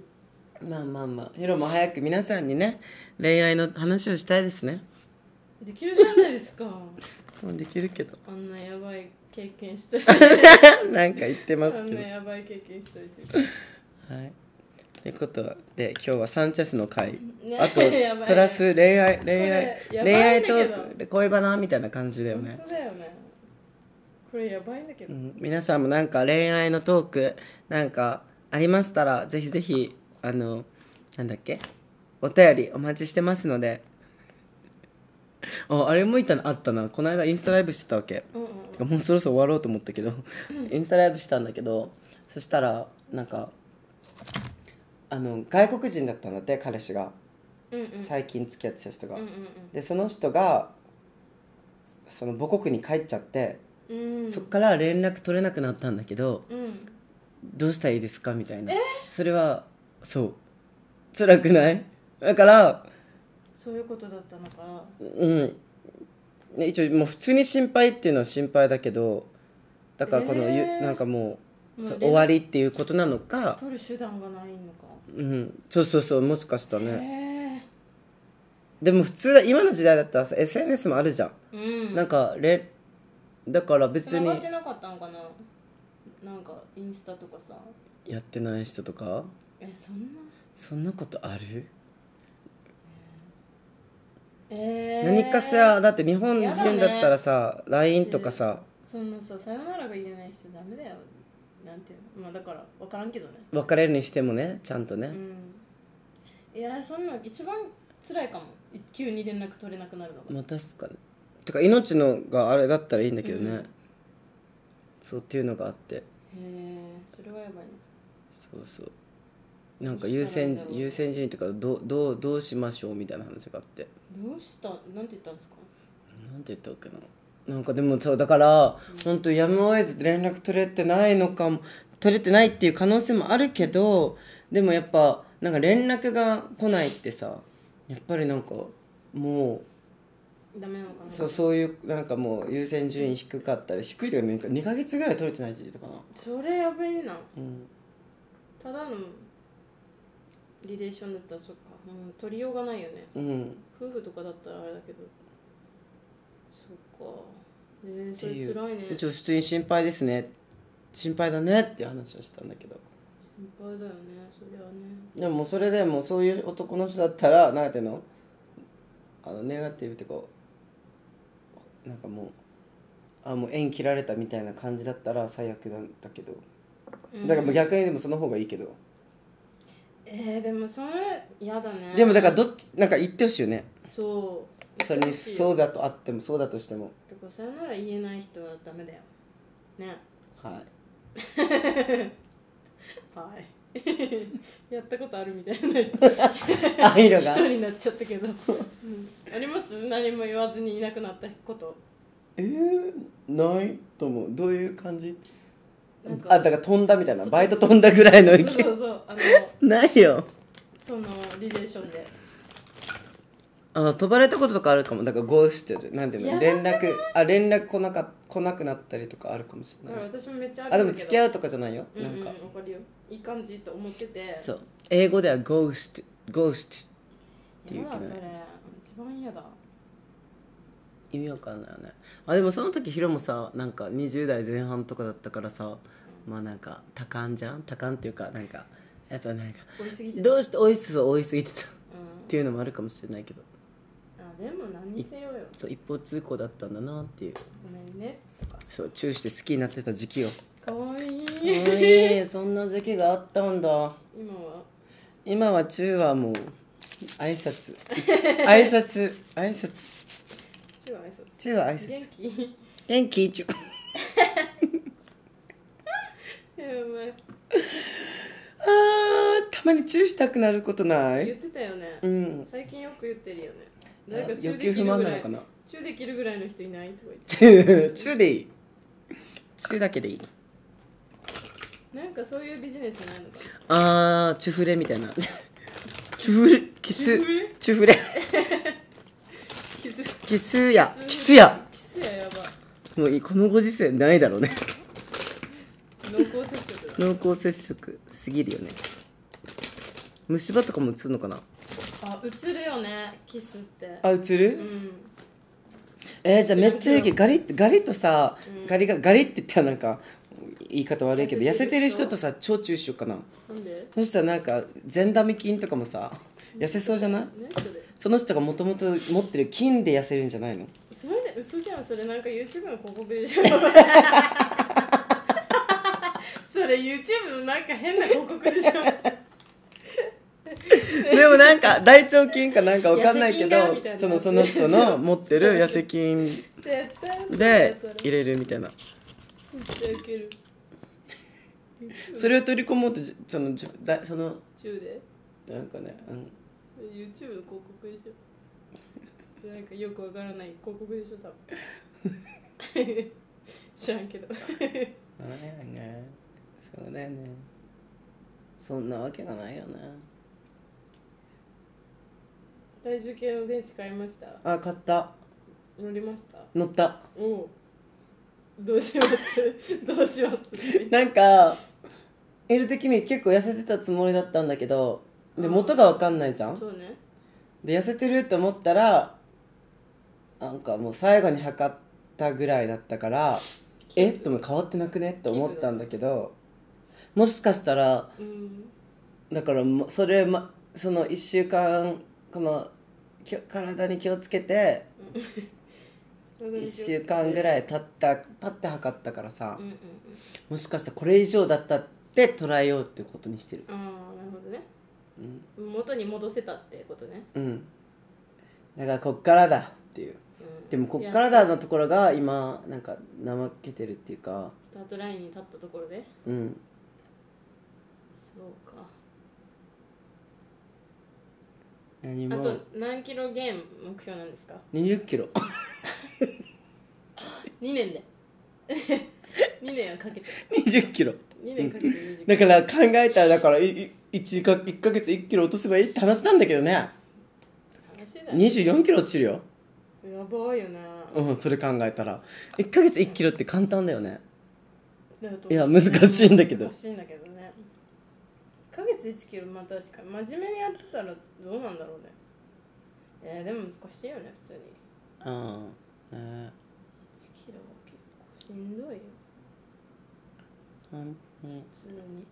[SPEAKER 1] あまあまあまあヒロも早く皆さんにね恋愛の話をしたいですね
[SPEAKER 2] できるじゃないですか
[SPEAKER 1] もうできるけど
[SPEAKER 2] あんなやばい経験しといて
[SPEAKER 1] なんか言って
[SPEAKER 2] あ
[SPEAKER 1] ますけ
[SPEAKER 2] ん
[SPEAKER 1] ど
[SPEAKER 2] なやばい経験しといて
[SPEAKER 1] はい。ということで今日はサンチェスの回、
[SPEAKER 2] ね
[SPEAKER 1] あと
[SPEAKER 2] やばい
[SPEAKER 1] プラス恋愛恋愛
[SPEAKER 2] これ
[SPEAKER 1] 恋
[SPEAKER 2] やばい
[SPEAKER 1] 愛
[SPEAKER 2] んだ
[SPEAKER 1] と
[SPEAKER 2] けど
[SPEAKER 1] 恋バナみたいな感じだよ
[SPEAKER 2] 本
[SPEAKER 1] ね。
[SPEAKER 2] 当だよねこれやばいんだけ
[SPEAKER 1] う
[SPEAKER 2] ど、
[SPEAKER 1] ん、皆さんもなんか恋愛のトークなんかありましたらぜひぜひあのなんだっけお便りお待ちしてますので。 ああれもいたのあったなこの間インスタライブしてたわけ。
[SPEAKER 2] うんうん
[SPEAKER 1] てかもうそろそろ終わろうと思ったけど、インスタライブしたんだけどそしたらなんかあの外国人だったんだって彼氏が
[SPEAKER 2] うんうんうん
[SPEAKER 1] 最近付き合ってた人が、
[SPEAKER 2] うん
[SPEAKER 1] でその人がその母国に帰っちゃって、
[SPEAKER 2] うんうん
[SPEAKER 1] そっから連絡取れなくなったんだけど
[SPEAKER 2] うん
[SPEAKER 1] どうしたらいいですかみたいなそれはそう辛くないだから
[SPEAKER 2] そういうことだったのかな
[SPEAKER 1] うん、ね、一応もう普通に心配っていうのは心配だけどだからこの、ゆ
[SPEAKER 2] えー
[SPEAKER 1] なんかもう
[SPEAKER 2] もう
[SPEAKER 1] そう
[SPEAKER 2] 連
[SPEAKER 1] 終
[SPEAKER 2] 絡
[SPEAKER 1] わりっていうことなのか、
[SPEAKER 2] 取る手段がないのか
[SPEAKER 1] うん、そうそうそうもしかしたら
[SPEAKER 2] へ
[SPEAKER 1] ね
[SPEAKER 2] え
[SPEAKER 1] でも普通だ今の時代だったらさ SNS もあるじゃん、
[SPEAKER 2] うん
[SPEAKER 1] なんかれだから別
[SPEAKER 2] 繋
[SPEAKER 1] に
[SPEAKER 2] がってなかったのかななんかインスタとかさ
[SPEAKER 1] やってない人とか
[SPEAKER 2] えそんな
[SPEAKER 1] そんなことある、
[SPEAKER 2] えー、
[SPEAKER 1] 何かしらだって日本
[SPEAKER 2] や
[SPEAKER 1] 人
[SPEAKER 2] だね
[SPEAKER 1] だったらさ LINE とかさ
[SPEAKER 2] そんなささよならが言えない人ダメだよなんていうのまあだから分からんけどね
[SPEAKER 1] 別れるにしてもねちゃんとね、
[SPEAKER 2] うんいやそんな一番辛いかもい急に連絡取れなくなるのが、
[SPEAKER 1] まあ確かにてか命のがあれだったらいいんだけどね、
[SPEAKER 2] うん
[SPEAKER 1] そうっていうのがあって
[SPEAKER 2] へえそれはやばいね
[SPEAKER 1] そうそうなんか優先
[SPEAKER 2] どうしたらいいんだろう
[SPEAKER 1] 優先順位とかどうどうどうしましょうみたいな話があって
[SPEAKER 2] どうしたなんて言ったんですか
[SPEAKER 1] なんなんて言ったっけななんかでもそうだから本当やむを得ず連絡取れてないのかも取れてないっていう可能性もあるけどでもやっぱなんか連絡が来ないってさやっぱりなんかも
[SPEAKER 2] ダメなのか
[SPEAKER 1] う
[SPEAKER 2] な
[SPEAKER 1] そうそういうなんかもう優先順位低かったら低いというか2か月ぐらい取れてないって言ってたかな、
[SPEAKER 2] それやべえな
[SPEAKER 1] うん、
[SPEAKER 2] ただのリレーションだったらそっかもう取りようがないよね
[SPEAKER 1] うん、
[SPEAKER 2] 夫婦とかだったらあれだけどそっかえー、そ
[SPEAKER 1] っ
[SPEAKER 2] れ
[SPEAKER 1] ていう
[SPEAKER 2] 辛いね
[SPEAKER 1] 一応普通に心配ですね心配だねっていう話をしたんだけど
[SPEAKER 2] 心配だよねそれはね
[SPEAKER 1] でももうそれでもうそういう男の人だったらなんていうのあのネガティブってこうなんかもうあもう縁切られたみたいな感じだったら最悪なんだけどだからもう逆にでもその方がいいけど、
[SPEAKER 2] えー、でもそれ嫌だね
[SPEAKER 1] でもだからどっちなんか言ってほしいよね
[SPEAKER 2] そう
[SPEAKER 1] それにそううだとあってもそうだとしても
[SPEAKER 2] だからそれなら言えない人はダメだよね
[SPEAKER 1] は
[SPEAKER 2] はい やったことあるみたいない
[SPEAKER 1] あ色が
[SPEAKER 2] 人になっちゃったけど、うん、あります何も言わずにいなくなったこと
[SPEAKER 1] えー、ないと思うどういう感じ
[SPEAKER 2] なんか
[SPEAKER 1] あだから飛んだみたいなバイト飛んだぐらいの
[SPEAKER 2] そう
[SPEAKER 1] 勢
[SPEAKER 2] そう
[SPEAKER 1] い
[SPEAKER 2] そうあの
[SPEAKER 1] ないよ
[SPEAKER 2] そのリレーションで
[SPEAKER 1] あ飛ばれたこととかあるかもだからゴーストでなんていうの
[SPEAKER 2] や
[SPEAKER 1] 連絡あ連絡来なか来なくなったりとかあるかもし
[SPEAKER 2] だ
[SPEAKER 1] れ
[SPEAKER 2] か
[SPEAKER 1] な
[SPEAKER 2] ら
[SPEAKER 1] い
[SPEAKER 2] 私もめっちゃあ
[SPEAKER 1] あ
[SPEAKER 2] る
[SPEAKER 1] で
[SPEAKER 2] ん
[SPEAKER 1] も
[SPEAKER 2] だけど
[SPEAKER 1] 付き合うとかじゃないよ
[SPEAKER 2] うん
[SPEAKER 1] な
[SPEAKER 2] うんん
[SPEAKER 1] か
[SPEAKER 2] わかるよいい感じと思ってて
[SPEAKER 1] そう英語ではゴーストゴーストって言
[SPEAKER 2] 嫌
[SPEAKER 1] う
[SPEAKER 2] だ
[SPEAKER 1] けど
[SPEAKER 2] それ
[SPEAKER 1] ね
[SPEAKER 2] 一番嫌だ
[SPEAKER 1] 意味わかんないよねあでもその時ヒロもさなんか20代前半とかだったからさまあなんか多感じゃん多感っていうかなんかやっぱなんか
[SPEAKER 2] 追いすぎてた
[SPEAKER 1] どうして追いす追いすぎてたっ
[SPEAKER 2] うん
[SPEAKER 1] ていうのもあるかもしれないけど
[SPEAKER 2] あでも何にせよよ
[SPEAKER 1] そう一方通行だったんだなっていう
[SPEAKER 2] ごめんねとか
[SPEAKER 1] そうチューして好きになってた時期よ
[SPEAKER 2] かわいい
[SPEAKER 1] ええそんな時期があったんだ
[SPEAKER 2] 今は
[SPEAKER 1] 今は中はもう挨拶挨拶挨拶
[SPEAKER 2] 中挨拶
[SPEAKER 1] 中は挨拶
[SPEAKER 2] 元気
[SPEAKER 1] 元気中
[SPEAKER 2] や
[SPEAKER 1] あーたまにチューしたくなることな
[SPEAKER 2] ばい言
[SPEAKER 1] い
[SPEAKER 2] ってたよね
[SPEAKER 1] うん
[SPEAKER 2] 最近よく言ってるよね誰か中
[SPEAKER 1] 欲求
[SPEAKER 2] できる
[SPEAKER 1] 不
[SPEAKER 2] ぐ
[SPEAKER 1] 満な
[SPEAKER 2] ら
[SPEAKER 1] の
[SPEAKER 2] い
[SPEAKER 1] かな
[SPEAKER 2] 中できるぐらいの人いないとか言って
[SPEAKER 1] チューチューでいいチューだけでいい
[SPEAKER 2] なんかそういうビジネスないのかな
[SPEAKER 1] あーチュフレみたいなチュフレキス
[SPEAKER 2] え
[SPEAKER 1] チュフレ
[SPEAKER 2] キス
[SPEAKER 1] キスやキスや
[SPEAKER 2] キスややば
[SPEAKER 1] もういいこのご時世ないだろうね
[SPEAKER 2] 濃厚接触だ
[SPEAKER 1] 濃厚接触すぎるよね虫歯とかも映るのかな
[SPEAKER 2] あ映るよねキスって
[SPEAKER 1] あ映る、
[SPEAKER 2] うん
[SPEAKER 1] えー、じゃあめっちゃいいけどガリッガリッとさ、
[SPEAKER 2] うん
[SPEAKER 1] ガリがガリって言ったらなんか言い方悪いけど痩
[SPEAKER 2] 痩
[SPEAKER 1] せ
[SPEAKER 2] せ
[SPEAKER 1] て
[SPEAKER 2] て
[SPEAKER 1] る
[SPEAKER 2] る
[SPEAKER 1] 人
[SPEAKER 2] 人
[SPEAKER 1] とさ超注意しようかな
[SPEAKER 2] なんで
[SPEAKER 1] そしたらなんか善玉菌とかもさ痩せそうじゃない
[SPEAKER 2] ねそれ
[SPEAKER 1] その人がもともと持ってる菌で痩せるんじゃないの
[SPEAKER 2] それ嘘じゃんそれなんか YouTube の広告でしょそれ YouTube のなんか変な広告 でしょ
[SPEAKER 1] でもなんか大腸菌かなんかわかんないけど
[SPEAKER 2] 痩せ菌がみたいな
[SPEAKER 1] そのその人 の持ってる痩せ菌
[SPEAKER 2] 絶対嘘だよ
[SPEAKER 1] で
[SPEAKER 2] それ
[SPEAKER 1] 入れるみたいな
[SPEAKER 2] めっちゃウケる
[SPEAKER 1] それを取り込もうとじそのじだその
[SPEAKER 2] 中で
[SPEAKER 1] なんかね、うん、
[SPEAKER 2] それ YouTube の広告でしょなんかよくわからない広告でしょ多 分知らんけ
[SPEAKER 1] そ
[SPEAKER 2] ど
[SPEAKER 1] うだよねそうだよねそんなわけがないよね
[SPEAKER 2] 体重計の電池買いました
[SPEAKER 1] あ買った
[SPEAKER 2] 乗りました
[SPEAKER 1] 乗った
[SPEAKER 2] おおどうしますどうします
[SPEAKER 1] なんかいる時に結構痩せてたつもりだったんだけどで
[SPEAKER 2] うん
[SPEAKER 1] 元が分かんないじゃん
[SPEAKER 2] そうね
[SPEAKER 1] で痩せてるって思ったらなんかもう最後に測ったぐらいだったからえっとも変わってなくねって思ったんだけどもしかしたら
[SPEAKER 2] うん
[SPEAKER 1] だからもそれ、ま、その1週間このきょ体に気をつけて1週間ぐ
[SPEAKER 2] い
[SPEAKER 1] らい経った経って測ったからさ、
[SPEAKER 2] うんうんうん
[SPEAKER 1] もしかしたらこれ以上だったって捉えようっていうことにしてる
[SPEAKER 2] ああなるほどね
[SPEAKER 1] うん、
[SPEAKER 2] 元に戻せたってことね
[SPEAKER 1] うん、だからこっからだっていう
[SPEAKER 2] うん
[SPEAKER 1] でもこっから
[SPEAKER 2] いや
[SPEAKER 1] だのところが今なんか怠けてるっていうか
[SPEAKER 2] スタートラインに立ったところで
[SPEAKER 1] うん
[SPEAKER 2] そうか
[SPEAKER 1] 何
[SPEAKER 2] あ
[SPEAKER 1] も
[SPEAKER 2] と何キロ減目標なんですか
[SPEAKER 1] 2 0キロ
[SPEAKER 2] 2年で2年はかけて
[SPEAKER 1] 20キロ
[SPEAKER 2] 2年かけて20
[SPEAKER 1] だから考えたらだからいい一か1ヶ月1キロ落とせばいいって話なんだけどね
[SPEAKER 2] 話だね
[SPEAKER 1] 24キロ落ちるよ
[SPEAKER 2] やばいよな
[SPEAKER 1] うんそれ考えたら1ヶ月1キロって簡単だよね
[SPEAKER 2] だと
[SPEAKER 1] いや難しいんだけど
[SPEAKER 2] 難しいんだけどね1ヶ月1キロまあ確かに真面目にやってたらどうなんだろうねえー、でも難しいよね普通に
[SPEAKER 1] うんね
[SPEAKER 2] 1キロは結構しんどいよ
[SPEAKER 1] 本当に
[SPEAKER 2] 普通に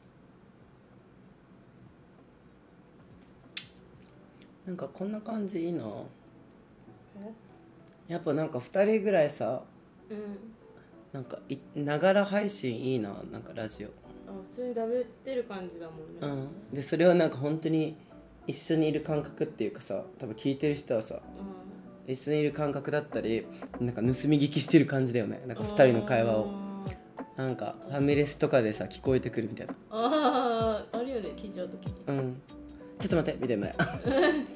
[SPEAKER 1] なんかこんな感じいいな
[SPEAKER 2] え
[SPEAKER 1] やっぱなんか2人ぐらいさ
[SPEAKER 2] うん
[SPEAKER 1] なんかいながら配信いいななんかラジオ
[SPEAKER 2] あ普通に食べてる感じだもんね、
[SPEAKER 1] うんでそれはなんか本当に一緒にいる感覚っていうかさ多分聞いてる人はさ
[SPEAKER 2] う
[SPEAKER 1] 一緒にいる感覚だったりなんか盗み聞きしてる感じだよねなんか2人の会話をなんかファミレスとかでさ聞こえてくるみたいな
[SPEAKER 2] あーあるよね聞いちゃう時に
[SPEAKER 1] うんちょっと待ってみたいな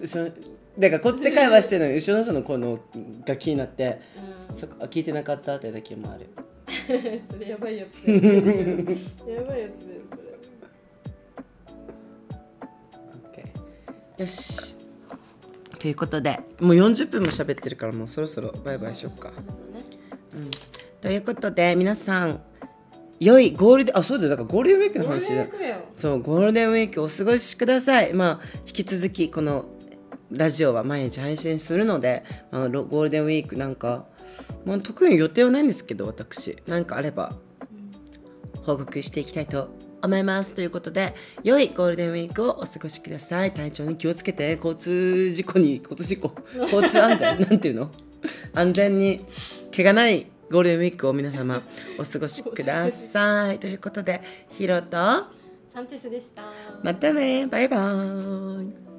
[SPEAKER 1] 後ろだからこっちで会話してるのに後ろの人のこのが気になって
[SPEAKER 2] うん
[SPEAKER 1] そっか聞いてなかったって時もある
[SPEAKER 2] それやばいやつだよやばいやつだよそれ
[SPEAKER 1] OK よしということでもう40分も喋ってるからもうそろそろ バイバイしよっか
[SPEAKER 2] そうそうね
[SPEAKER 1] うんということで皆さん良いゴールデンあそうだよだからゴールデンウィークの
[SPEAKER 2] ゴール
[SPEAKER 1] 話
[SPEAKER 2] デンウ
[SPEAKER 1] だ
[SPEAKER 2] ィークだよ
[SPEAKER 1] そうゴールデンウィークお過ごしくださいまあ引き続きこのラジオは毎日配信するので、まあ、ロゴールデンウィークなんか、まあ、特に予定はないんですけど私なんかあれば報告していきたいと思いますということで良いゴールデンウィークをお過ごしください体調に気をつけて交通事故に交通事故交通安全なんていうの安全に怪我ないゴールデンウィークを皆様お過ごしくださいということでヒロと
[SPEAKER 2] サンテスでした
[SPEAKER 1] またねバイバーイ